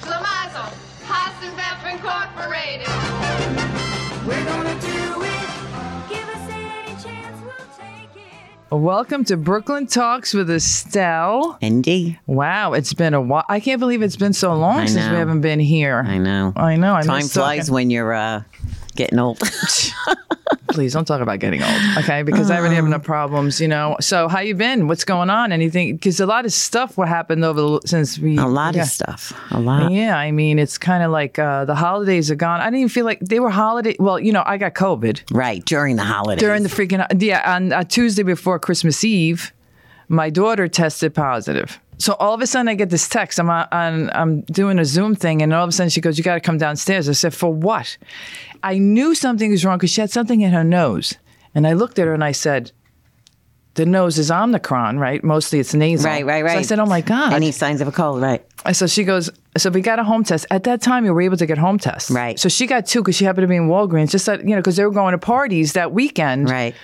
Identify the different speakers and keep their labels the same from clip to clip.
Speaker 1: Universal, Haas Investment Incorporated.
Speaker 2: We're gonna do it.
Speaker 3: Give us any chance, we'll take it.
Speaker 4: Welcome to Brooklyn Talks with Estelle.
Speaker 5: Indy.
Speaker 4: Wow, it's been a while. I can't believe it's been so long
Speaker 5: I
Speaker 4: since we
Speaker 5: know.
Speaker 4: haven't been here.
Speaker 5: I know.
Speaker 4: I know. I
Speaker 5: Time
Speaker 4: miss
Speaker 5: flies
Speaker 4: talking-
Speaker 5: when you're uh, getting old.
Speaker 4: Please don't talk about getting old, okay? Because I already have enough problems, you know. So, how you been? What's going on? Anything? Because a lot of stuff what happened over the, since we
Speaker 5: a lot
Speaker 4: yeah.
Speaker 5: of stuff. A lot.
Speaker 4: Yeah, I mean, it's kind of like uh, the holidays are gone. I didn't even feel like they were holiday. Well, you know, I got COVID
Speaker 5: Right. During the holidays.
Speaker 4: during the freaking yeah on uh, Tuesday before Christmas Eve. My daughter tested positive. So all of a sudden, I get this text. I'm on, on I'm doing a Zoom thing, and all of a sudden, she goes, "You got to come downstairs." I said, "For what?" I knew something was wrong because she had something in her nose, and I looked at her and I said. The nose is Omicron, right? Mostly it's nasal.
Speaker 5: Right, right, right.
Speaker 4: So I said, "Oh my God!"
Speaker 5: Any signs of a cold, right.
Speaker 4: And so she goes, so we got a home test. At that time, you were able to get home tests.
Speaker 5: Right.
Speaker 4: So she got two because she happened to be in Walgreens, just that, you know, because they were going to parties that weekend.
Speaker 5: Right.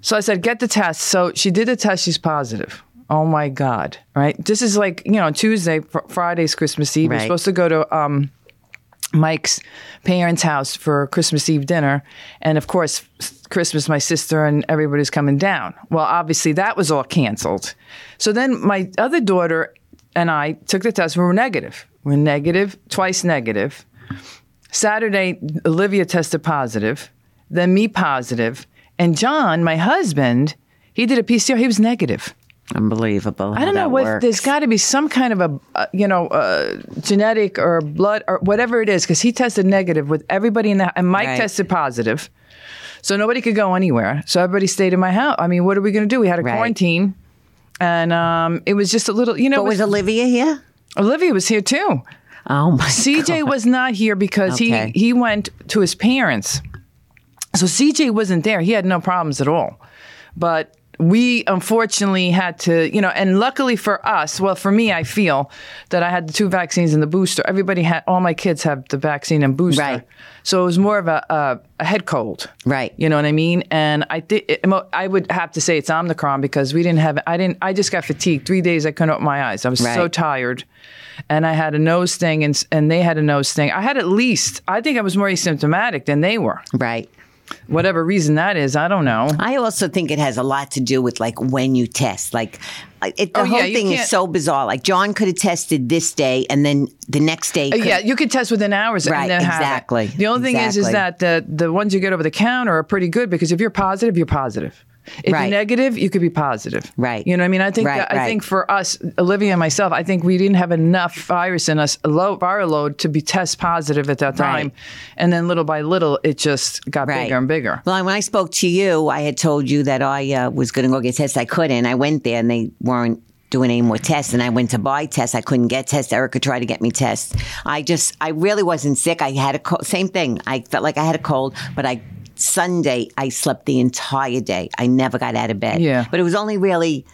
Speaker 4: So I said, get the test. So she did the test. She's positive. Oh my God. Right. This is like, you know, Tuesday, fr- Friday's Christmas Eve. We're
Speaker 5: Right.
Speaker 4: supposed to go to um, Mike's parents' house for Christmas Eve dinner. And of course, Christmas, my sister and everybody's coming down. Well, obviously, that was all canceled. So then my other daughter and I took the test. We were negative. We're negative, twice negative. Saturday, Olivia tested positive, then me positive, and John, my husband, he did a PCR. He was negative.
Speaker 5: Unbelievable.
Speaker 4: I don't know what. There's got to be some kind of a, uh, you know, uh, genetic or blood or whatever it is, because he tested negative with everybody in the and Mike
Speaker 5: Right.
Speaker 4: tested positive, so nobody could go anywhere. So everybody stayed in my house. I mean, what are we going to do? We had a
Speaker 5: Right.
Speaker 4: quarantine, and um, it was just a little, you know,
Speaker 5: But
Speaker 4: it was-
Speaker 5: was Olivia here?
Speaker 4: Olivia was here too.
Speaker 5: Oh my
Speaker 4: CJ was not here because
Speaker 5: Okay.
Speaker 4: he he went to his parents. So CJ wasn't there. He had no problems at all. But we unfortunately had to, you know, and luckily for us, well, for me, I feel that I had the two vaccines and the booster. Everybody had, all my kids have the vaccine and booster.
Speaker 5: Right.
Speaker 4: So it was more of a, a, a head cold.
Speaker 5: Right.
Speaker 4: You know what I mean? And I think I would have to say it's Omicron because we didn't have, I didn't, I just got fatigued. Three days I couldn't open my eyes. I was so
Speaker 5: Right.
Speaker 4: tired and I had a nose thing, and s- and they had a nose thing. I had at least, I think I was more asymptomatic than they were.
Speaker 5: Right.
Speaker 4: Whatever reason that is, I don't know.
Speaker 5: I also think it has a lot to do with like when you test. Like I- it, the
Speaker 4: Oh, yeah,
Speaker 5: whole
Speaker 4: you
Speaker 5: thing
Speaker 4: can't-
Speaker 5: is so bizarre. Like John could have tested this day and then the next day.
Speaker 4: Uh,
Speaker 5: could-
Speaker 4: Yeah, you could test within hours
Speaker 5: Right,
Speaker 4: and then have it.
Speaker 5: exactly,
Speaker 4: The only thing is, is that
Speaker 5: exactly.
Speaker 4: the the ones you get over the counter are pretty good because if you're positive, you're positive. If
Speaker 5: Right.
Speaker 4: you're negative, you could be positive.
Speaker 5: Right.
Speaker 4: You know what I mean? I think
Speaker 5: Right,
Speaker 4: that, I
Speaker 5: right.
Speaker 4: think for us, Olivia and myself, I think we didn't have enough virus in us, a low viral load, to be test positive at that time,
Speaker 5: Right.
Speaker 4: and then little by little, it just got
Speaker 5: Right.
Speaker 4: bigger and bigger.
Speaker 5: Well, when I spoke to you, I had told you that I uh, was going to go get tests. I couldn't. I went there and they weren't doing any more tests. And I went to buy tests. I couldn't get tests. Erica tried to get me tests. I just, I really wasn't sick. I had a cold. Same thing. I felt like I had a cold, but I. Sunday, I slept the entire day. I never got out of bed.
Speaker 4: Yeah.
Speaker 5: But it was only really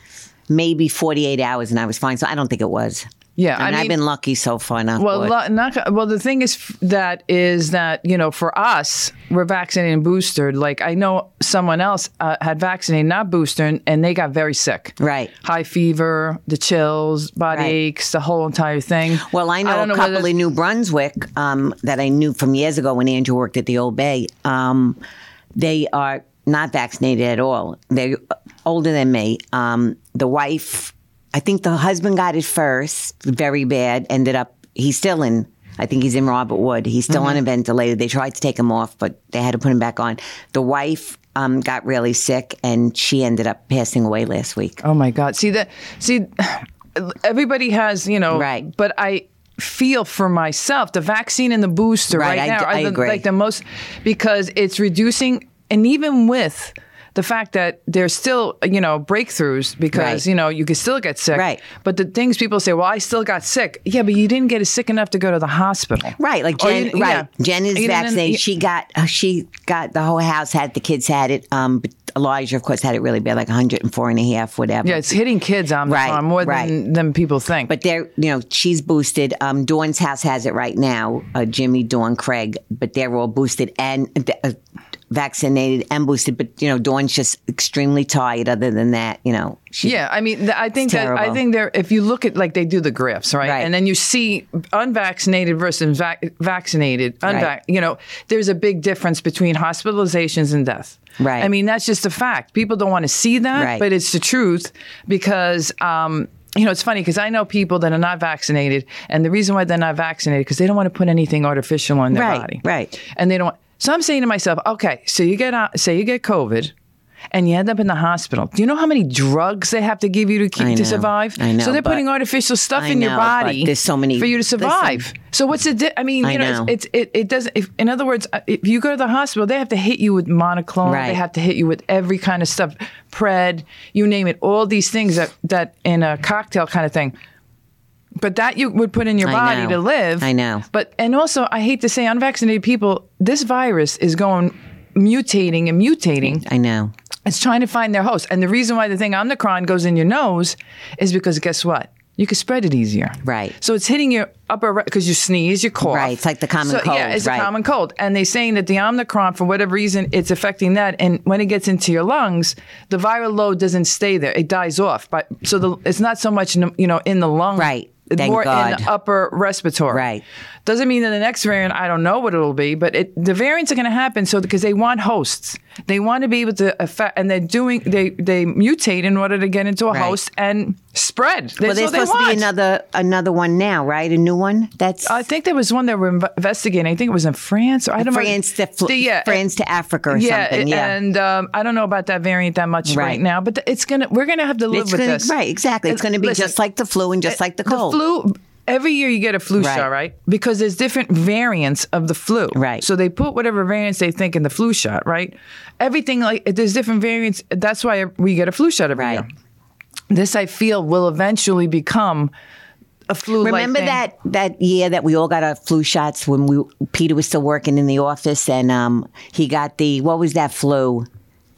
Speaker 5: maybe 48 hours and I was fine. So I don't think it was.
Speaker 4: Yeah,
Speaker 5: And I
Speaker 4: I mean-
Speaker 5: have been lucky so far. Not
Speaker 4: Well, lo- not, well, the thing is f- that is that you know, for us, we're vaccinated and boosted. Like I know someone else uh, had vaccinated, not boosted, and, and they got very sick.
Speaker 5: Right.
Speaker 4: High fever, the chills, body
Speaker 5: Right.
Speaker 4: aches, the whole entire thing.
Speaker 5: Well, I know a
Speaker 4: don't
Speaker 5: couple
Speaker 4: whether-
Speaker 5: in New Brunswick um, that I knew from years ago when Andrew worked at the Old Bay. Um, they are not vaccinated at all. They're older than me. Um, the wife, I think the husband got it first, very bad, ended up, he's still in. I think he's in Robert Wood. He's still on a ventilator. They tried to take him off, but they had to put him back on. The wife um, got really sick, and she ended up passing away last week.
Speaker 4: Oh my God! See that? See, everybody has you know.
Speaker 5: Right.
Speaker 4: But I feel for myself the vaccine and the booster right,
Speaker 5: Right, I
Speaker 4: now
Speaker 5: d-
Speaker 4: are
Speaker 5: I
Speaker 4: the,
Speaker 5: agree.
Speaker 4: like the most because it's reducing and even with. The fact that there's still, you know, breakthroughs because,
Speaker 5: Right.
Speaker 4: you know, you can still get sick.
Speaker 5: Right.
Speaker 4: But the things people say, well, I still got sick. Yeah, but you didn't get sick enough to go to the hospital.
Speaker 5: Right, like
Speaker 4: Or
Speaker 5: Jen.
Speaker 4: Oh, you-
Speaker 5: right,
Speaker 4: yeah.
Speaker 5: Jen is
Speaker 4: You didn't-
Speaker 5: vaccinated. she got uh, she got the whole house had the kids had it. Um, but Elijah, of course, had it really bad, like 104 and a half, whatever.
Speaker 4: Yeah, it's hitting kids on
Speaker 5: Right,
Speaker 4: more than,
Speaker 5: right.
Speaker 4: than people think.
Speaker 5: But they're, you know, she's boosted. Um, Dawn's house has it right now. Uh, Jimmy, Dawn, Craig, but they're all boosted. And uh, vaccinated and boosted, but you know, Dawn's just extremely tired. Other than that, you know, she,
Speaker 4: Yeah, I mean, th- I think
Speaker 5: It's
Speaker 4: that I
Speaker 5: terrible.
Speaker 4: think there. If you look at like they do the graphs, right,
Speaker 5: Right.
Speaker 4: and then you see unvaccinated versus vac- vaccinated, unvac-
Speaker 5: Right.
Speaker 4: you know, there's a big difference between hospitalizations and death.
Speaker 5: Right.
Speaker 4: I mean, that's just a fact. People don't want to see that,
Speaker 5: Right.
Speaker 4: but it's the truth because. Um, you know, it's funny because I know people that are not vaccinated, and the reason why they're not vaccinated because they don't want to put anything artificial on their
Speaker 5: Right,
Speaker 4: body,
Speaker 5: right.
Speaker 4: And they don't. So I'm saying to myself, okay, so you get out, say you get COVID, and you end up in the hospital. Do you know how many drugs they have to give you to keep
Speaker 5: I
Speaker 4: to
Speaker 5: know,
Speaker 4: survive?
Speaker 5: I know,
Speaker 4: so they're
Speaker 5: but-
Speaker 4: putting artificial stuff
Speaker 5: I
Speaker 4: in your
Speaker 5: know, but
Speaker 4: body.
Speaker 5: there's so many-
Speaker 4: for you to
Speaker 5: listen.
Speaker 4: survive. so what's the? Di- I mean, you
Speaker 5: I
Speaker 4: know,
Speaker 5: know.
Speaker 4: It's, it's it it doesn't. If, in other words, uh, if you go to the hospital, they have to hit you with monoclonal. They
Speaker 5: Right.
Speaker 4: have to hit you with every kind of stuff, pred, you name it. All these things that that in a cocktail kind of thing. But that you would put in your
Speaker 5: I
Speaker 4: body
Speaker 5: know.
Speaker 4: to live.
Speaker 5: I know.
Speaker 4: But and also, I hate to say, unvaccinated people, this virus is going mutating and mutating.
Speaker 5: I know.
Speaker 4: It's trying to find their host. And the reason why the thing Omicron goes in your nose is because guess what? You can spread it easier.
Speaker 5: Right.
Speaker 4: So it's hitting your upper because you sneeze, you cough.
Speaker 5: Right, it's like the common
Speaker 4: so, Yeah,
Speaker 5: cold,
Speaker 4: it's
Speaker 5: right.
Speaker 4: a common cold. And they're saying that the Omicron, for whatever reason, it's affecting that. And when it gets into your lungs, the viral load doesn't stay there. It dies off. But so the, it's not so much, in, the- you know, in the lung.
Speaker 5: Right.
Speaker 4: It's
Speaker 5: Thank
Speaker 4: more in
Speaker 5: God.
Speaker 4: the upper respiratory.
Speaker 5: Right.
Speaker 4: Doesn't mean that the next variant, I don't know what it'll be, but it, the variants are going to happen. So because they want hosts, they want to be able to affect, and they're doing they they mutate in order to get into a
Speaker 5: Right.
Speaker 4: host and spread.
Speaker 5: Well,
Speaker 4: That's what
Speaker 5: there's
Speaker 4: they
Speaker 5: supposed to
Speaker 4: want.
Speaker 5: be another another one now, right? A new one. That's
Speaker 4: I think there was one that were inv- investigating. I think it was in France or I don't
Speaker 5: France
Speaker 4: know.
Speaker 5: to fl-
Speaker 4: The- yeah,
Speaker 5: France to Africa or
Speaker 4: yeah,
Speaker 5: something. Yeah,
Speaker 4: and um, I don't know about that variant that much right,
Speaker 5: Right.
Speaker 4: now, but th- it's gonna we're gonna have to live
Speaker 5: it's
Speaker 4: with
Speaker 5: gonna,
Speaker 4: this.
Speaker 5: right. Exactly.
Speaker 4: Uh,
Speaker 5: It's going to be
Speaker 4: listen,
Speaker 5: just like the flu and just like the cold.
Speaker 4: flu. Every year you get a flu
Speaker 5: Right.
Speaker 4: shot, right? Because there's different variants of the flu.
Speaker 5: Right.
Speaker 4: So they put whatever variants they think in the flu shot, right? Everything like there's different variants. That's why we get a flu shot every
Speaker 5: Right.
Speaker 4: year. This I feel will eventually become a flu.
Speaker 5: Remember that that year that we all got our flu shots when we Peter was still working in the office and um he got the what was that flu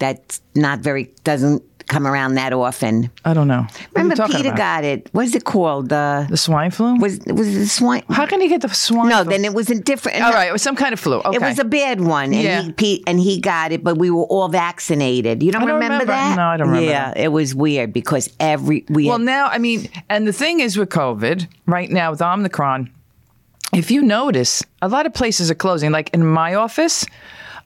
Speaker 5: that's not very doesn't come around that often.
Speaker 4: I don't know. What are you
Speaker 5: Remember
Speaker 4: talking
Speaker 5: Peter
Speaker 4: about?
Speaker 5: got it. What is it called? Uh,
Speaker 4: the swine flu.
Speaker 5: was was it the swine?
Speaker 4: How can he get the swine?
Speaker 5: No,
Speaker 4: flu?
Speaker 5: then it was a different.
Speaker 4: All right, it was some kind of flu. Okay.
Speaker 5: It was a bad one, and
Speaker 4: Yeah.
Speaker 5: he Pete, and he got it, but we were all vaccinated. You don't,
Speaker 4: I don't
Speaker 5: remember,
Speaker 4: remember.
Speaker 5: that?
Speaker 4: No, I don't remember
Speaker 5: Yeah, it was weird because every we
Speaker 4: Well,
Speaker 5: had-
Speaker 4: now, I mean, and the thing is with COVID right now with Omicron, if you notice, a lot of places are closing. Like in my office,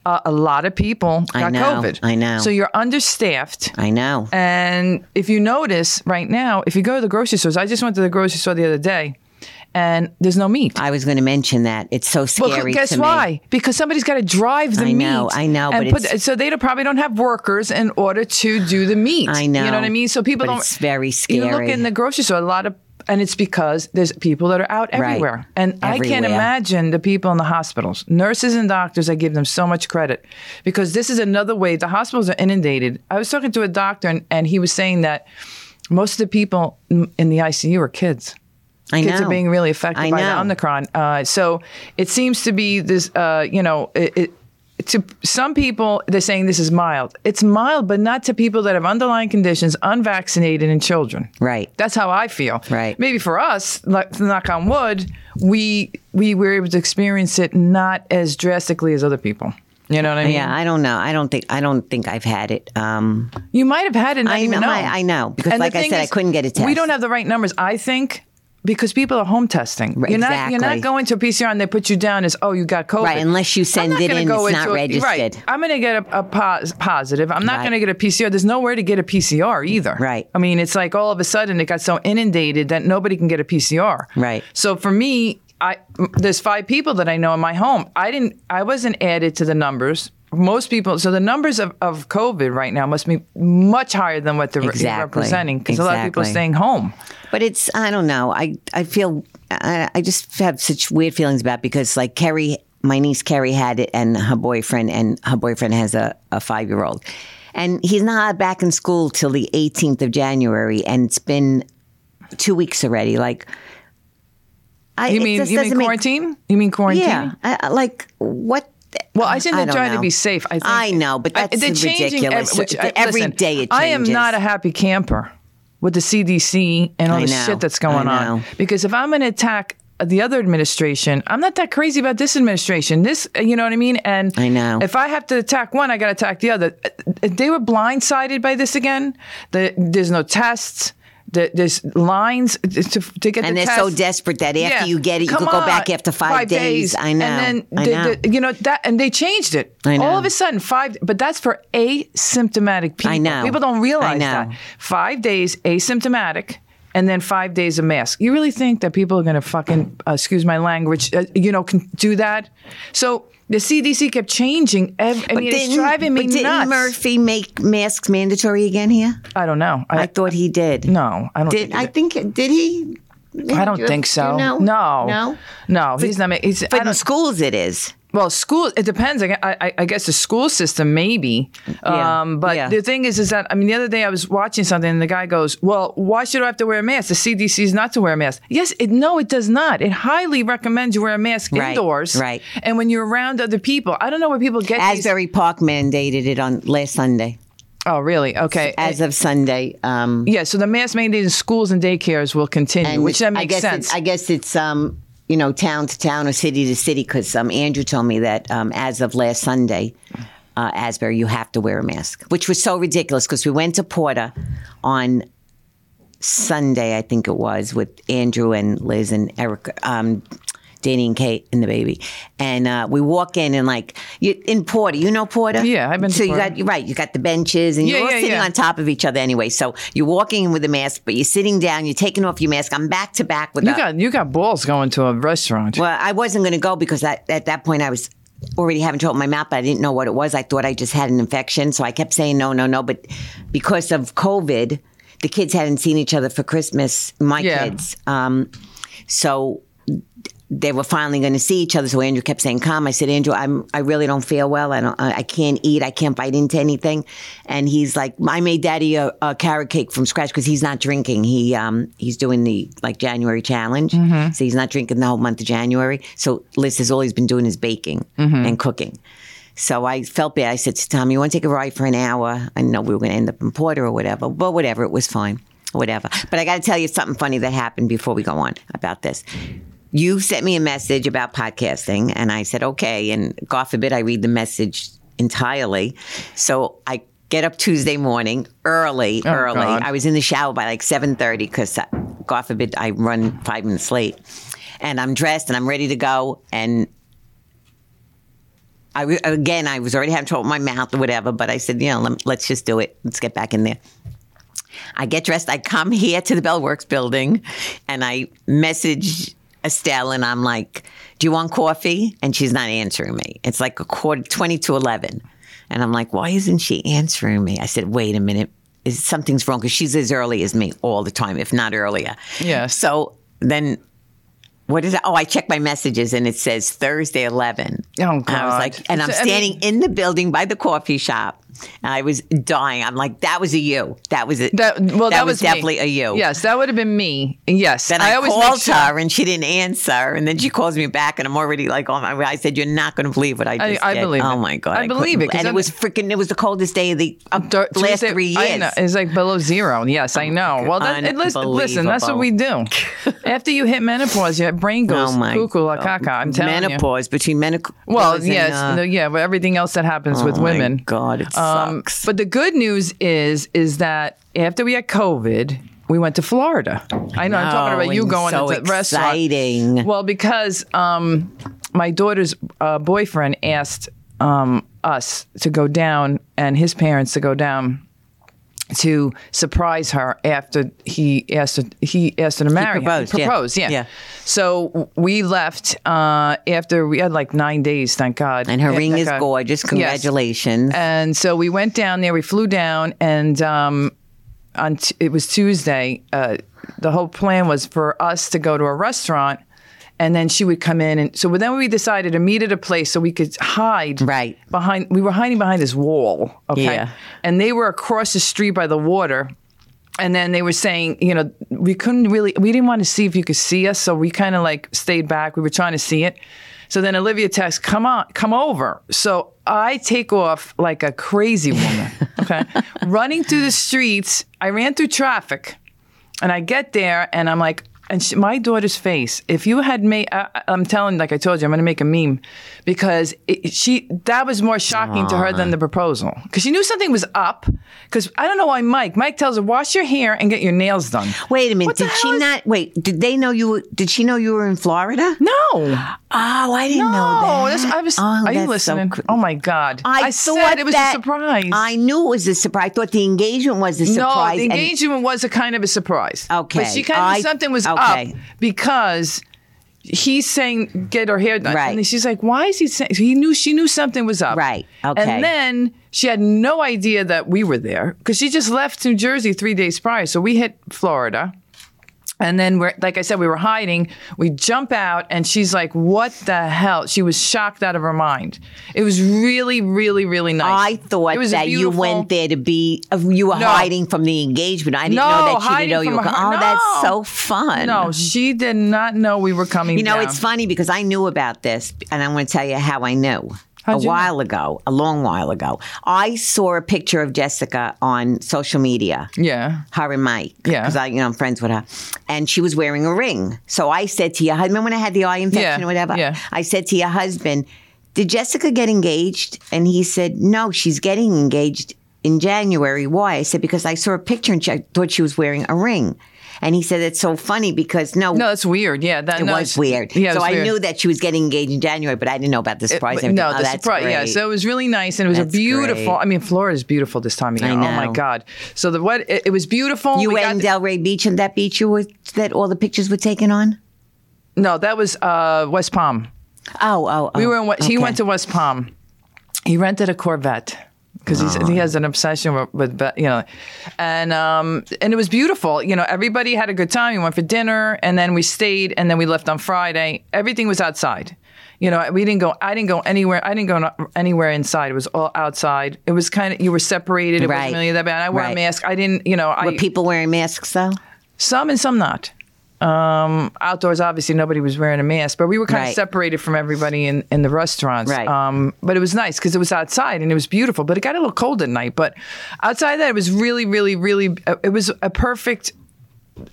Speaker 4: uh, a lot of people got
Speaker 5: I know,
Speaker 4: COVID.
Speaker 5: I know.
Speaker 4: So you're understaffed.
Speaker 5: I know.
Speaker 4: And if you notice right now, if you go to the grocery stores, I just went to the grocery store the other day and there's no meat.
Speaker 5: I was going to mention that. It's so
Speaker 4: Well,
Speaker 5: scary.
Speaker 4: guess
Speaker 5: to me.
Speaker 4: why? Because somebody's got to drive the
Speaker 5: I know,
Speaker 4: meat.
Speaker 5: I know,
Speaker 4: and
Speaker 5: but it's-
Speaker 4: so they don't- probably don't have workers in order to do the meat.
Speaker 5: I
Speaker 4: You
Speaker 5: know,
Speaker 4: know what I mean? So people
Speaker 5: but
Speaker 4: don't.
Speaker 5: it's very
Speaker 4: You look
Speaker 5: scary.
Speaker 4: in the grocery store, a lot of, and it's because there's people that are out
Speaker 5: Right.
Speaker 4: everywhere, and I can't
Speaker 5: Everywhere.
Speaker 4: imagine the people in the hospitals, nurses and doctors. I give them so much credit because this is another way the hospitals are inundated. I was talking to a doctor, and, and he was saying that most of the people in in the ICU are kids
Speaker 5: I
Speaker 4: kids
Speaker 5: know.
Speaker 4: are being really affected
Speaker 5: I
Speaker 4: by the
Speaker 5: know.
Speaker 4: Omicron. Uh, so it seems to be this, uh, you know, it, it, to some people, they're saying this is mild. It's mild, but not to people that have underlying conditions, unvaccinated, and children.
Speaker 5: Right.
Speaker 4: That's how I feel.
Speaker 5: Right.
Speaker 4: Maybe for us, like, knock on wood, we we were able to experience it not as drastically as other people. You know what I mean?
Speaker 5: Yeah, I don't know. I don't think I don't think I've had it. Um,
Speaker 4: You might have had it. and not
Speaker 5: I
Speaker 4: even
Speaker 5: know, I- I know, because
Speaker 4: And the
Speaker 5: like I
Speaker 4: thing
Speaker 5: said, I
Speaker 4: is,
Speaker 5: couldn't get a
Speaker 4: We
Speaker 5: test.
Speaker 4: don't have the right numbers, I think, because people are home testing.
Speaker 5: Right,
Speaker 4: You're not. You're not
Speaker 5: exactly.
Speaker 4: going to a PCR and they put you down as oh you got COVID.
Speaker 5: Right, unless you
Speaker 4: I'm
Speaker 5: send
Speaker 4: not
Speaker 5: it
Speaker 4: gonna
Speaker 5: in,
Speaker 4: go
Speaker 5: it's not
Speaker 4: into a- Right.
Speaker 5: registered.
Speaker 4: I'm going to get a, a pos- positive. I'm not
Speaker 5: Right.
Speaker 4: going to get a PCR. There's nowhere to get a PCR either.
Speaker 5: Right.
Speaker 4: I mean, it's like all of a sudden it got so inundated that nobody can get a PCR.
Speaker 5: Right.
Speaker 4: So for me, I m- there's five people that I know in my home. I didn't. I wasn't added to the numbers. Most people. So the numbers of, of COVID right now must be much higher than what they're re-
Speaker 5: Exactly.
Speaker 4: representing because a lot of people are
Speaker 5: Exactly.
Speaker 4: staying home.
Speaker 5: but it's I don't know. I I feel I, I just have such weird feelings about it because like Kerry, my niece Kerry had it, and her boyfriend, and her boyfriend has a, a five year old, and he's not back in school till the 18th of January, and it's been two weeks already. Like. I,
Speaker 4: You
Speaker 5: it
Speaker 4: mean
Speaker 5: just
Speaker 4: you mean
Speaker 5: doesn't make-
Speaker 4: quarantine? you mean quarantine?
Speaker 5: Yeah, I, I- like what?
Speaker 4: Well, I think
Speaker 5: Um, I
Speaker 4: they're
Speaker 5: don't
Speaker 4: trying to
Speaker 5: know.
Speaker 4: be safe. I think
Speaker 5: I know, but
Speaker 4: I-
Speaker 5: that's
Speaker 4: they're changing
Speaker 5: ridiculous.
Speaker 4: ev- which I-
Speaker 5: Every
Speaker 4: listen,
Speaker 5: day it changes.
Speaker 4: I am not a happy camper with the CDC and all
Speaker 5: I
Speaker 4: the
Speaker 5: know.
Speaker 4: shit that's
Speaker 5: I
Speaker 4: going on.
Speaker 5: know.
Speaker 4: Because if I'm going to attack the other administration, I'm not that crazy about this administration. This, you know what I mean? And
Speaker 5: I know.
Speaker 4: if I have to attack one, I got to attack the other. Uh, They were blindsided by this again. The, there's no tests. The, there's lines to, to get
Speaker 5: And
Speaker 4: the
Speaker 5: they're so
Speaker 4: test.
Speaker 5: desperate that after
Speaker 4: Yeah.
Speaker 5: you get it, you
Speaker 4: Come
Speaker 5: could go back
Speaker 4: on.
Speaker 5: after five, days. I know.
Speaker 4: And then
Speaker 5: I
Speaker 4: the-
Speaker 5: know.
Speaker 4: the- you know that, and they changed it.
Speaker 5: I know.
Speaker 4: All of a sudden, five. But that's for asymptomatic people.
Speaker 5: I know.
Speaker 4: People don't realize
Speaker 5: I know.
Speaker 4: that five days asymptomatic. And then five days a mask. You really think that people are going to fucking, uh, excuse my language, uh, you know, can do that? So the CDC kept changing. Ev- I mean, it's driving me
Speaker 5: but didn't
Speaker 4: nuts.
Speaker 5: Murphy make masks mandatory again here?
Speaker 4: I don't know. I,
Speaker 5: I thought he did.
Speaker 4: no, I don't.
Speaker 5: Did,
Speaker 4: think
Speaker 5: I think did he?
Speaker 4: I don't think so.
Speaker 5: No,
Speaker 4: no,
Speaker 5: no.
Speaker 4: no. He's not. ma- He's. I
Speaker 5: But in
Speaker 4: don't-
Speaker 5: schools, it is.
Speaker 4: Well, school. It depends. I, I, I guess the school system, maybe.
Speaker 5: Yeah.
Speaker 4: Um, but
Speaker 5: Yeah.
Speaker 4: the thing is, is that I mean, the other day I was watching something, and the guy goes, "Well, why should I have to wear a mask? The CDC is not to wear a mask." Yes, it no, it does not. It highly recommends you wear a mask
Speaker 5: Right.
Speaker 4: indoors,
Speaker 5: Right.
Speaker 4: And when you're around other people, I don't know where people get these-
Speaker 5: Asbury Park mandated it on last Sunday.
Speaker 4: Oh, really? Okay.
Speaker 5: As of Sunday, um,
Speaker 4: yeah. So the mask mandate in schools and daycares will continue,
Speaker 5: and
Speaker 4: which that
Speaker 5: I
Speaker 4: makes
Speaker 5: guess
Speaker 4: sense.
Speaker 5: It's, I guess it's um, you know town to town or city to city because um, Andrew told me that um, as of last Sunday, uh, Asbury, you have to wear a mask, which was so ridiculous because we went to Porter on Sunday, I think it was, with Andrew and Liz and Erica. Um, Danny and Kate and the baby, and uh, we walk in and like you, in Porter, you know Porter.
Speaker 4: Yeah, I've been to
Speaker 5: So you
Speaker 4: Porter.
Speaker 5: got you're right, you got the benches, and
Speaker 4: Yeah,
Speaker 5: you're all
Speaker 4: yeah,
Speaker 5: sitting
Speaker 4: yeah.
Speaker 5: on top of each other anyway. So you're walking in with a mask, but you're sitting down, you're taking off your mask. I'm back to back with
Speaker 4: you
Speaker 5: a-
Speaker 4: got you got balls going to a restaurant.
Speaker 5: well, I wasn't going to go because I, at that point I was already having trouble with my mouth, but I didn't know what it was. I thought I just had an infection. So I kept saying no, no, no. But because of COVID, the kids hadn't seen each other for Christmas, my
Speaker 4: Yeah.
Speaker 5: kids. Um, so they were finally going to see each other. So Andrew kept saying, "Come." I said, "Andrew, I'm. I really don't feel well. I don't. I I can't eat. I can't bite into anything." And he's like, "I made Daddy a, a carrot cake from scratch because he's not drinking. He um he's doing the like January challenge, so he's not drinking the whole month of January. So Liz has all he's been doing is baking and cooking." So I felt bad. I said to Tom, "You want to take a ride for an hour?" I know we were going to end up in Porter or whatever, but whatever, it was fine, whatever. But I got to tell you something funny that happened before we go on about this. You sent me a message about podcasting, and I said okay. And God forbid I read the message entirely. So I get up Tuesday morning early, early.
Speaker 4: God.
Speaker 5: I was in the shower by like seven thirty because God forbid I run five minutes late, and I'm dressed and I'm ready to go and. I re- again, I was already having trouble with my mouth or whatever, but I said, you know, let, let's just do it. Let's get back in there. I get dressed. I come here to the Bellworks building, and I message Estelle, and I'm like, "Do you want coffee?" And she's not answering me. It's like a quarter, twenty to eleven, and I'm like, "Why isn't she answering me?" I said, "Wait a minute, is something's wrong?" Because she's as early as me all the time, if not earlier.
Speaker 4: Yeah.
Speaker 5: So then. What is it? Oh, I checked my messages and it says Thursday 11.
Speaker 4: Oh,
Speaker 5: And I was
Speaker 4: God.
Speaker 5: like, and I'm
Speaker 4: So, I mean-
Speaker 5: standing in the building by the coffee shop. And I was dying. I'm like, that was a you. That was it.
Speaker 4: That well, that,
Speaker 5: was,
Speaker 4: me.
Speaker 5: definitely a you.
Speaker 4: Yes, that would have been me. Yes,
Speaker 5: Then I,
Speaker 4: always make
Speaker 5: called
Speaker 4: sure-
Speaker 5: her and she didn't answer. And then she calls me back and I'm already like, oh my, I said, you're not going to believe what I
Speaker 4: I-
Speaker 5: just
Speaker 4: I
Speaker 5: did.
Speaker 4: believe
Speaker 5: Oh
Speaker 4: it.
Speaker 5: my God.
Speaker 4: I believe it, 'cause
Speaker 5: couldn't- And
Speaker 4: I'm-
Speaker 5: it was freaking, it was the coldest day of the of
Speaker 4: Dur-
Speaker 5: last
Speaker 4: Tuesday-
Speaker 5: three
Speaker 4: I
Speaker 5: years.
Speaker 4: know, it's like below zero. Yes, I know. Well, that, it, listen, listen, that's what we do. After you hit menopause, your brain goes
Speaker 5: Oh my
Speaker 4: cuckoo la
Speaker 5: God.
Speaker 4: caca. I'm telling you.
Speaker 5: menopause between menopause.
Speaker 4: Well,
Speaker 5: and,
Speaker 4: yes,
Speaker 5: uh,
Speaker 4: no, yeah, but everything else that happens with
Speaker 5: oh my
Speaker 4: women.
Speaker 5: God, it
Speaker 4: Um,
Speaker 5: sucks.
Speaker 4: but the good news is, is that after we had COVID, we went to Florida. I know. I'm talking
Speaker 5: know,
Speaker 4: about you
Speaker 5: and
Speaker 4: going
Speaker 5: so
Speaker 4: into the restaurant.
Speaker 5: exciting.
Speaker 4: Well, because um, my daughter's uh, boyfriend asked um, us to go down and his parents to go down to surprise her after he asked her, he asked her to marry him.
Speaker 5: proposed, yeah.
Speaker 4: proposed, yeah.
Speaker 5: Yeah.
Speaker 4: So w- we left uh, after we had like nine days, thank God.
Speaker 5: and her
Speaker 4: Yeah,
Speaker 5: ring
Speaker 4: thank
Speaker 5: is
Speaker 4: God.
Speaker 5: gorgeous.
Speaker 4: Yes.
Speaker 5: Congratulations.
Speaker 4: And so we went down there. We flew down, and um, on t- it was Tuesday. Uh, the whole plan was for us to go to a restaurant, and then she would come in. And so then we decided to meet at a place so we could hide.
Speaker 5: Right.
Speaker 4: behind. We were hiding behind this wall. Okay.
Speaker 5: Yeah.
Speaker 4: And they were across the street by the water. And then they were saying, you know, we couldn't really, we didn't want to see if you could see us. So we kind of like stayed back. We were trying to see it. So then Olivia texts, come on, come over. So I take off like a crazy woman, okay? Running through the streets. I ran through traffic and I get there and I'm like, and she, my daughter's face. If you had made, I, I- I'm telling, like I told you, I'm going to make a meme because it, she that was more shocking to her than the proposal because she knew something was up. Because I don't know why Mike. Mike tells her wash your hair and get your nails done.
Speaker 5: Wait a minute.
Speaker 4: What the
Speaker 5: did
Speaker 4: hell
Speaker 5: she
Speaker 4: is-
Speaker 5: not? Wait. Did they know you? were- Did she know you were in Florida?
Speaker 4: No,
Speaker 5: Oh, I didn't know that.
Speaker 4: no. That's, I was.
Speaker 5: Oh,
Speaker 4: are
Speaker 5: that's
Speaker 4: you
Speaker 5: so
Speaker 4: listening?
Speaker 5: cr-
Speaker 4: oh my God!
Speaker 5: I,
Speaker 4: said
Speaker 5: thought
Speaker 4: it was
Speaker 5: that-
Speaker 4: a surprise.
Speaker 5: I knew it was a surprise. I thought the engagement was a
Speaker 4: No,
Speaker 5: surprise.
Speaker 4: the
Speaker 5: and-
Speaker 4: engagement was a kind of a surprise.
Speaker 5: Okay.
Speaker 4: but she kind
Speaker 5: I-
Speaker 4: of something was
Speaker 5: okay.
Speaker 4: up because he's saying get her hair done,
Speaker 5: Right.
Speaker 4: and then she's like, "Why is he saying?" He knew she knew something was up,
Speaker 5: Right. Okay.
Speaker 4: And then she had no idea that we were there because she just left New Jersey three days prior, so we hit Florida. And then we're like I said, we were hiding. We jump out, and she's like, "What the hell?" She was shocked out of her mind. It was really, really, really nice.
Speaker 5: I thought
Speaker 4: It was a
Speaker 5: that you
Speaker 4: beautiful-
Speaker 5: went there to be uh, you were
Speaker 4: No.
Speaker 5: hiding from the engagement. I didn't
Speaker 4: No,
Speaker 5: know that you didn't
Speaker 4: hiding
Speaker 5: know you
Speaker 4: from
Speaker 5: were.
Speaker 4: her-
Speaker 5: Oh, that's
Speaker 4: no.
Speaker 5: so fun.
Speaker 4: No, she did not know we were coming.
Speaker 5: You know,
Speaker 4: down.
Speaker 5: it's funny because I knew about this, and I want to tell you how I knew.
Speaker 4: How'd
Speaker 5: a
Speaker 4: you know?
Speaker 5: while ago, a long while ago, I saw a picture of Jessica on social media.
Speaker 4: Yeah.
Speaker 5: her and Mike.
Speaker 4: Yeah.
Speaker 5: Because I, you know, I'm friends with her. And she was wearing a ring. So I said to your husband, when I had the eye infection
Speaker 4: Yeah,
Speaker 5: or whatever,
Speaker 4: yeah.
Speaker 5: I said to your husband, Did Jessica get engaged? And he said, No, she's getting engaged in January. Why? I said, Because I saw a picture and she, I thought she was wearing a ring. And he said, It's so funny because no.
Speaker 4: No, that's weird. Yeah, that
Speaker 5: it
Speaker 4: no, it's-
Speaker 5: was weird.
Speaker 4: Yeah, it
Speaker 5: so
Speaker 4: was
Speaker 5: I
Speaker 4: weird.
Speaker 5: knew that she was getting engaged in January, but I didn't know about the
Speaker 4: It-
Speaker 5: surprise.
Speaker 4: but
Speaker 5: and
Speaker 4: no,
Speaker 5: everything.
Speaker 4: the
Speaker 5: Oh, that's
Speaker 4: surprise. Yeah,
Speaker 5: great.
Speaker 4: so it was really nice, and it was
Speaker 5: That's
Speaker 4: a beautiful.
Speaker 5: great.
Speaker 4: I mean, Florida's beautiful this time of year.
Speaker 5: I
Speaker 4: Oh my
Speaker 5: know.
Speaker 4: God! So the what? It, it was beautiful.
Speaker 5: you
Speaker 4: We
Speaker 5: went
Speaker 4: got-
Speaker 5: in Delray Beach and that beach you were, that all the pictures were taken on?
Speaker 4: no, that was uh, West Palm.
Speaker 5: Oh, oh, oh.
Speaker 4: We were in. West, He
Speaker 5: okay.
Speaker 4: went to West Palm. He rented a Corvette because he has an obsession with, with be- you know, and um and it was beautiful. You know, everybody had a good time. We went for dinner, and then we stayed, and then we left on Friday. Everything was outside. You know, we didn't go. I didn't go anywhere. I didn't go no- anywhere inside. It was all outside. It was kind of you were separated. It
Speaker 5: Right.
Speaker 4: wasn't really that bad. I wore
Speaker 5: Right.
Speaker 4: a mask. I didn't. You know, I
Speaker 5: Were people wearing masks though?
Speaker 4: some and some not. Um, outdoors, obviously, nobody was wearing a mask, but we were kind
Speaker 5: Right.
Speaker 4: of separated from everybody in, in the restaurants.
Speaker 5: Right.
Speaker 4: Um, but it was nice because it was outside and it was beautiful, but it got a little cold at night. But outside of that, it was really, really, really, uh, it was a perfect,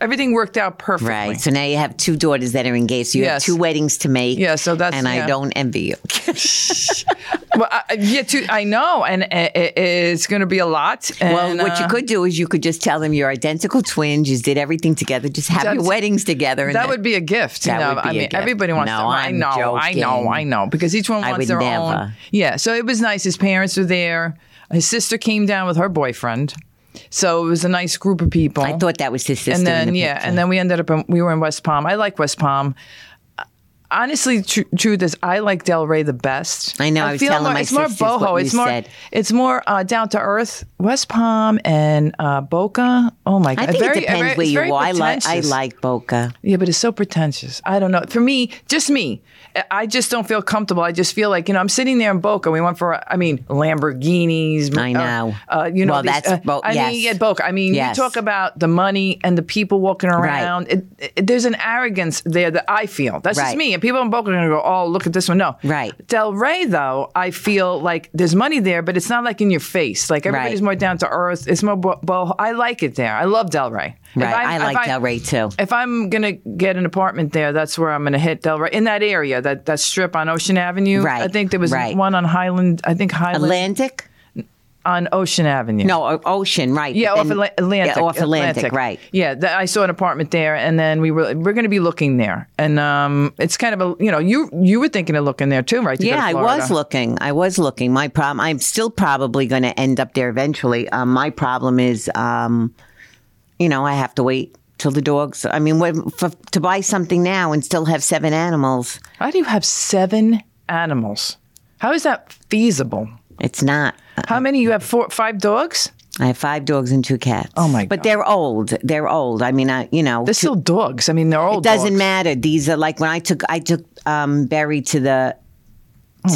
Speaker 4: everything worked out perfectly.
Speaker 5: Right. So now you have two daughters that are engaged. So you
Speaker 4: Yes.
Speaker 5: have two weddings to make.
Speaker 4: Yeah, so that's-
Speaker 5: and I
Speaker 4: yeah.
Speaker 5: don't envy you.
Speaker 4: Well, I, I- yeah, too, I know. And uh, it, it's going to be a lot.
Speaker 5: well,
Speaker 4: and,
Speaker 5: what you
Speaker 4: uh,
Speaker 5: could do is you could just tell them you're identical twins. You did everything together. Just have your
Speaker 4: That's-
Speaker 5: weddings together. And
Speaker 4: That would be a gift.
Speaker 5: That
Speaker 4: you know?
Speaker 5: would be
Speaker 4: I
Speaker 5: a
Speaker 4: mean,
Speaker 5: gift.
Speaker 4: everybody wants
Speaker 5: No,
Speaker 4: to. I
Speaker 5: I'm
Speaker 4: know, I know,
Speaker 5: joking.
Speaker 4: I know. Because each one
Speaker 5: I
Speaker 4: wants
Speaker 5: would
Speaker 4: their
Speaker 5: never.
Speaker 4: own. Yeah. So it was nice. His parents were there. His sister came down with her boyfriend. So it was a nice group of people.
Speaker 5: I thought that was his sister.
Speaker 4: and then
Speaker 5: in the
Speaker 4: yeah,
Speaker 5: picture.
Speaker 4: and then we ended up in, we were in West Palm. I like West Palm. Honestly, tr- truth is, I like Del Rey the best.
Speaker 5: I know, I was
Speaker 4: feel
Speaker 5: telling
Speaker 4: more,
Speaker 5: my
Speaker 4: it's more
Speaker 5: sisters what
Speaker 4: boho.
Speaker 5: you
Speaker 4: It's more.
Speaker 5: said.
Speaker 4: It's more uh, down to earth. West Palm and uh, Boca. Oh my god!
Speaker 5: I think
Speaker 4: Very-
Speaker 5: it depends
Speaker 4: very-
Speaker 5: where
Speaker 4: it's
Speaker 5: you
Speaker 4: very
Speaker 5: are. I like I
Speaker 4: pretentious.
Speaker 5: like Boca.
Speaker 4: Yeah, but it's so pretentious. I don't know. For me, just me, I- I just don't feel comfortable. I just feel like you know I'm sitting there in Boca. We went for I mean Lamborghinis.
Speaker 5: I
Speaker 4: uh,
Speaker 5: know.
Speaker 4: Uh, you know,
Speaker 5: Well,
Speaker 4: these,
Speaker 5: that's
Speaker 4: uh,
Speaker 5: Bo-
Speaker 4: I mean,
Speaker 5: yes.
Speaker 4: yeah, Boca. I mean,
Speaker 5: Yes.
Speaker 4: you talk about the money and the people walking around. It, it, there's an arrogance there that I feel. That's
Speaker 5: Right.
Speaker 4: just me. And people in Boca are gonna go, oh, look at this one. No,
Speaker 5: Right.
Speaker 4: Del Rey though, I feel like there's money there, but it's not like in your face. Like everybody's more down to earth. It's more bo- bo- I like it there. I love Del Rey. If
Speaker 5: Right.
Speaker 4: I'm-
Speaker 5: I
Speaker 4: if
Speaker 5: like Del Rey, too.
Speaker 4: If I'm gonna get an apartment there, that's where I'm gonna hit Del Rey in that area, that that strip on Ocean Avenue.
Speaker 5: Right,
Speaker 4: I think there was
Speaker 5: right.
Speaker 4: one on Highland. I think Highland
Speaker 5: Atlantic?
Speaker 4: on Ocean Avenue.
Speaker 5: No, o- ocean. Right.
Speaker 4: Yeah,
Speaker 5: But
Speaker 4: off
Speaker 5: then-
Speaker 4: Atla- Atlantic.
Speaker 5: Yeah, off Atlantic. Right.
Speaker 4: Yeah, th- I saw an apartment there, and then we were we're going to be looking there, and um, it's kind of a you know you you were thinking of looking there too, right? to go to
Speaker 5: Yeah, I
Speaker 4: Florida.
Speaker 5: was looking. I was looking. My problem. I'm still probably going to end up there eventually. Um, my problem is, um, you know, I have to wait till the dogs. I mean, what, for, to buy something now and still have seven animals,
Speaker 4: How do you have seven animals? How is that feasible?
Speaker 5: it's not.
Speaker 4: How many? You have four, five dogs.
Speaker 5: I have five dogs and two cats.
Speaker 4: Oh, my
Speaker 5: But
Speaker 4: God.
Speaker 5: they're old. They're old. I mean, I you know,
Speaker 4: They're
Speaker 5: two-
Speaker 4: still dogs. I mean, they're old.
Speaker 5: doesn't
Speaker 4: dogs.
Speaker 5: matter. These are like when I took I took um, Barry to the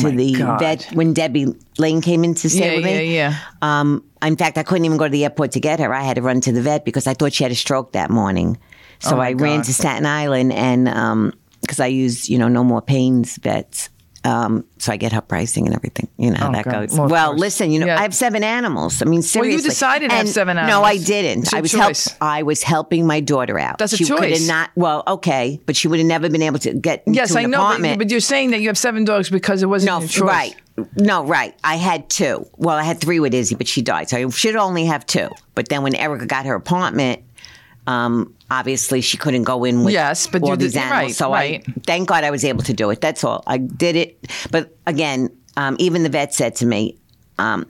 Speaker 5: to the
Speaker 4: Oh God.
Speaker 5: vet when Debbie Lane came in to stay
Speaker 4: Yeah,
Speaker 5: with
Speaker 4: yeah,
Speaker 5: me.
Speaker 4: yeah.
Speaker 5: Um, in fact, I couldn't even go to the airport to get her. I had to run to the vet because I thought she had a stroke that morning. So
Speaker 4: Oh my
Speaker 5: I ran
Speaker 4: God.
Speaker 5: um, to Staten Island and because I use you know no more pains vets. Um, so I get her pricing and everything. You know how
Speaker 4: Oh,
Speaker 5: that
Speaker 4: God.
Speaker 5: goes.
Speaker 4: Well,
Speaker 5: Well,
Speaker 4: of course.
Speaker 5: listen, you know,
Speaker 4: Yeah.
Speaker 5: I have seven animals. I mean, seriously.
Speaker 4: decided to have
Speaker 5: And-
Speaker 4: seven
Speaker 5: No, I
Speaker 4: animals. It's
Speaker 5: didn't.
Speaker 4: your
Speaker 5: I was help-
Speaker 4: choice.
Speaker 5: I was helping my daughter out.
Speaker 4: That's a
Speaker 5: she Could
Speaker 4: choice.
Speaker 5: have not. Well, okay, but she would have never been able to get
Speaker 4: Yes,
Speaker 5: into
Speaker 4: I
Speaker 5: an
Speaker 4: know, but, you-
Speaker 5: apartment.
Speaker 4: but you're saying that you have seven dogs because it wasn't
Speaker 5: No,
Speaker 4: your
Speaker 5: f-
Speaker 4: choice.
Speaker 5: right. No, right. I had two. Well, I had three with Izzy, but she died. So I should only have two. But then when Erica got her apartment, um, obviously she couldn't go in with
Speaker 4: Yes, but
Speaker 5: all
Speaker 4: you
Speaker 5: these
Speaker 4: did-
Speaker 5: animals.
Speaker 4: right,
Speaker 5: so
Speaker 4: right.
Speaker 5: I thank God I was able to do it. That's all. I did it. But again, um, even the vet said to me, um,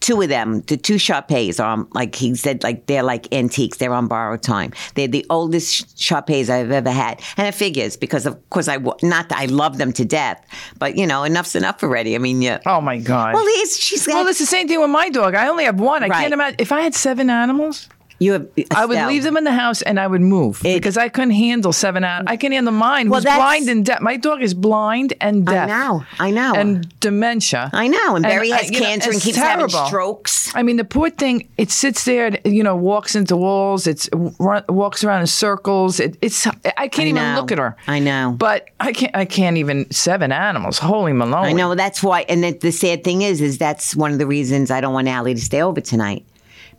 Speaker 5: two of them, the two Sharpays are um, like he said, like they're like antiques. They're on borrowed time. They're the oldest Sharpays I've ever had, and it figures because of course I wa- not that I love them to death, but you know enough's enough already. I mean, yeah.
Speaker 4: Oh my god.
Speaker 5: Well, he's she's got,
Speaker 4: Well, it's the same thing with my dog. I only have one. I
Speaker 5: Right.
Speaker 4: can't imagine if I had seven animals.
Speaker 5: you have.
Speaker 4: I would
Speaker 5: Estelle.
Speaker 4: leave them in the house and I would move because I couldn't handle seven out. I can handle mine.
Speaker 5: Well,
Speaker 4: who's
Speaker 5: that's-
Speaker 4: blind and deaf. My dog is blind and
Speaker 5: I
Speaker 4: deaf.
Speaker 5: know. I know.
Speaker 4: And dementia.
Speaker 5: I know. And Barry
Speaker 4: uh,
Speaker 5: has
Speaker 4: you know,
Speaker 5: cancer and
Speaker 4: it's
Speaker 5: keeps
Speaker 4: terrible.
Speaker 5: having strokes.
Speaker 4: I mean, the poor thing. It sits there. and, You know, walks into walls. It's run, walks around in circles. It, it's. I can't even
Speaker 5: know.
Speaker 4: look at her.
Speaker 5: I know.
Speaker 4: But I can't. I can't even seven animals. Holy Malone.
Speaker 5: I know that's why, and that the sad thing is, is that's one of the reasons I don't want Allie to stay over tonight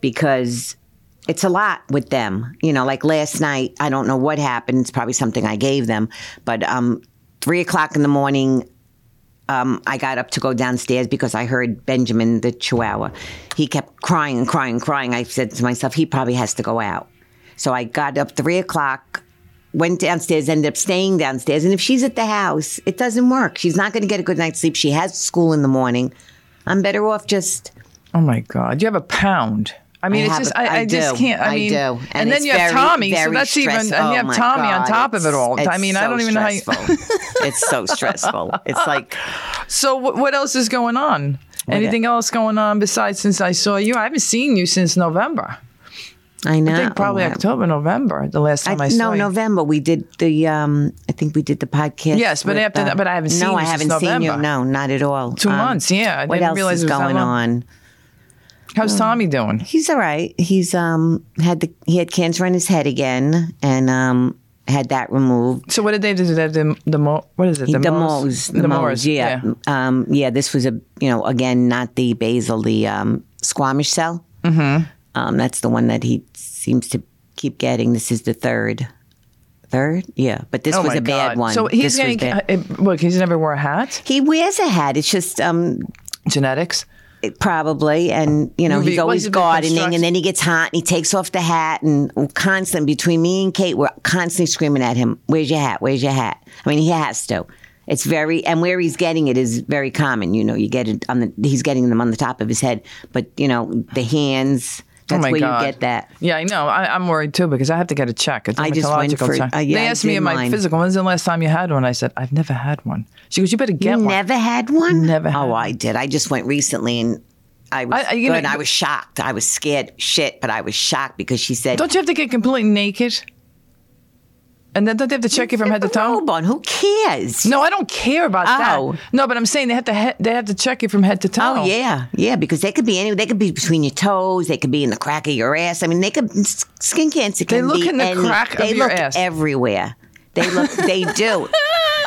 Speaker 5: because it's a lot with them. You know, like last night, I don't know what happened. It's probably something I gave them, but um, three o'clock in the morning, um, I got up to go downstairs because I heard Benjamin the Chihuahua. He kept crying and crying and crying. I said to myself, he probably has to go out. So I got up three o'clock, went downstairs, ended up staying downstairs. And if she's at the house, it doesn't work. She's not going to get a good night's sleep. She has school in the morning. I'm better off just.
Speaker 4: Oh my God! You have a pound. I mean,
Speaker 5: I
Speaker 4: it's
Speaker 5: have
Speaker 4: just
Speaker 5: a-
Speaker 4: I, I,
Speaker 5: I
Speaker 4: just
Speaker 5: do.
Speaker 4: can't. I,
Speaker 5: I
Speaker 4: mean,
Speaker 5: do.
Speaker 4: and,
Speaker 5: And
Speaker 4: then
Speaker 5: it's
Speaker 4: you have
Speaker 5: very,
Speaker 4: Tommy, so
Speaker 5: very
Speaker 4: that's even,
Speaker 5: stressful.
Speaker 4: and you
Speaker 5: Oh
Speaker 4: have
Speaker 5: my
Speaker 4: Tommy on
Speaker 5: God,
Speaker 4: top of it
Speaker 5: it's-
Speaker 4: all. I
Speaker 5: it's
Speaker 4: mean, I
Speaker 5: so
Speaker 4: don't even know how. You,
Speaker 5: stressful. it's so stressful. It's like
Speaker 4: so what, what else is going on? Anything else going on besides since I saw you? I haven't seen you since November.
Speaker 5: I know.
Speaker 4: I think probably
Speaker 5: Oh,
Speaker 4: October, November, the last time I, saw
Speaker 5: no
Speaker 4: you.
Speaker 5: November we did the um I think we did the podcast.
Speaker 4: Yes, but
Speaker 5: with, uh,
Speaker 4: after that- but I haven't
Speaker 5: no,
Speaker 4: seen you
Speaker 5: I
Speaker 4: since
Speaker 5: haven't seen you.
Speaker 4: November.
Speaker 5: No, not at all. Um,
Speaker 4: Two months, yeah, I
Speaker 5: what
Speaker 4: didn't
Speaker 5: else
Speaker 4: realize
Speaker 5: is
Speaker 4: it was that
Speaker 5: going
Speaker 4: long.
Speaker 5: on?
Speaker 4: How's Tommy doing?
Speaker 5: He's all right. He's um had the he had cancer on his head again and um had that removed.
Speaker 4: So what did they do? The, the, the mo- what is it?
Speaker 5: The,
Speaker 4: Mohs?
Speaker 5: Mohs, the Mohs, yeah. Um yeah, this was a you know, again not the basal, the um squamish cell. Mhm.
Speaker 4: Mm-hmm.
Speaker 5: Um that's the one that he seems to keep getting. This is the third. Third? Yeah, but this
Speaker 4: Oh
Speaker 5: was
Speaker 4: my
Speaker 5: a bad
Speaker 4: God.
Speaker 5: one.
Speaker 4: So he's uh,
Speaker 5: This
Speaker 4: going
Speaker 5: was bad.
Speaker 4: to look. He's never wore a hat.
Speaker 5: He wears a hat. It's just um,
Speaker 4: Genetics.
Speaker 5: it- probably, and you know
Speaker 4: Maybe-
Speaker 5: he's
Speaker 4: well,
Speaker 5: always
Speaker 4: he's a bit
Speaker 5: gardening,
Speaker 4: construct-
Speaker 5: and then he gets hot and he takes off the hat, and constant between me and Kate, we're constantly screaming at him, "Where's your hat? Where's your hat?" I mean, he has to. It's very and where he's getting it is very common. You know, you get it on the he's getting them on the top of his head, but you know the hands.
Speaker 4: oh
Speaker 5: That's
Speaker 4: my
Speaker 5: where
Speaker 4: God.
Speaker 5: you get that.
Speaker 4: Yeah, I know. I, I'm worried too because I have to get a check. A
Speaker 5: I just went
Speaker 4: dermatological
Speaker 5: for-
Speaker 4: check.
Speaker 5: uh, yeah,
Speaker 4: they
Speaker 5: I
Speaker 4: asked me
Speaker 5: did
Speaker 4: in my
Speaker 5: mine.
Speaker 4: physical, when's the last time you had one? I said, I've never had one. She goes, You better get
Speaker 5: You
Speaker 4: one.
Speaker 5: never had one.
Speaker 4: Never had
Speaker 5: Oh,
Speaker 4: one.
Speaker 5: I did. I just went recently, and I was
Speaker 4: I- I- you know-
Speaker 5: good. I was shocked. I was scared shit, but I was shocked because she said,
Speaker 4: Don't you have to get completely naked? And then don't they have to check you from head to
Speaker 5: Put a
Speaker 4: toe?
Speaker 5: robe on. Who cares?
Speaker 4: No, I don't care about
Speaker 5: Oh.
Speaker 4: that. No, but I'm saying they have to he- they have to check you from head to toe.
Speaker 5: Oh yeah, yeah. Because they could be any. They could be between your toes. They could be in the crack of your ass. I mean, they could. s- Skin cancer. Can
Speaker 4: look
Speaker 5: be
Speaker 4: in the
Speaker 5: any-
Speaker 4: crack of
Speaker 5: They
Speaker 4: your
Speaker 5: look
Speaker 4: ass.
Speaker 5: everywhere. They look. They do.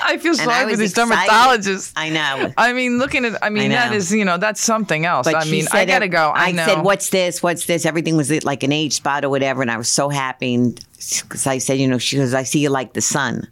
Speaker 4: I feel
Speaker 5: And I
Speaker 4: sorry for
Speaker 5: was
Speaker 4: these
Speaker 5: excited.
Speaker 4: dermatologists.
Speaker 5: I know.
Speaker 4: I mean, looking at I mean
Speaker 5: I
Speaker 4: that
Speaker 5: know.
Speaker 4: is you know that's something else.
Speaker 5: But
Speaker 4: I
Speaker 5: she
Speaker 4: mean,
Speaker 5: said
Speaker 4: I gotta
Speaker 5: it-
Speaker 4: go. I, know.
Speaker 5: said, "What's this? What's this?" Everything was like an age spot or whatever, and I was so happy. And because I said, "You know," she goes, "I see you like the sun,"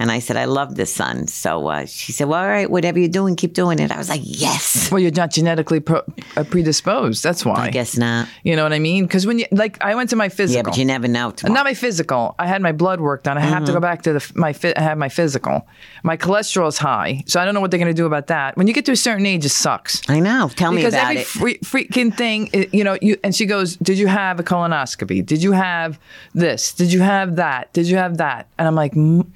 Speaker 5: and I said, "I love the sun." So uh, she said, "Well, all right, whatever you're doing, keep doing it." I was like, "Yes."
Speaker 4: Well, you're not genetically pro- uh, predisposed. That's why.
Speaker 5: I guess not.
Speaker 4: You know what I mean? Because when you like, I went to my physical.
Speaker 5: Yeah, but you never Mm-hmm. know. Tomorrow.
Speaker 4: Not my physical. I had my blood work done. I have to go back to the my. phy- I had my physical. My cholesterol's high, so I don't know what they're going to do about that. When you get to a certain age, it sucks.
Speaker 5: I know. Tell me
Speaker 4: because
Speaker 5: about
Speaker 4: every
Speaker 5: it.
Speaker 4: free, freaking thing, i- you know. You and she goes, "Did you have a colonoscopy? Did you have this? Did you have that? Did you have that?" And I'm like. "Mm."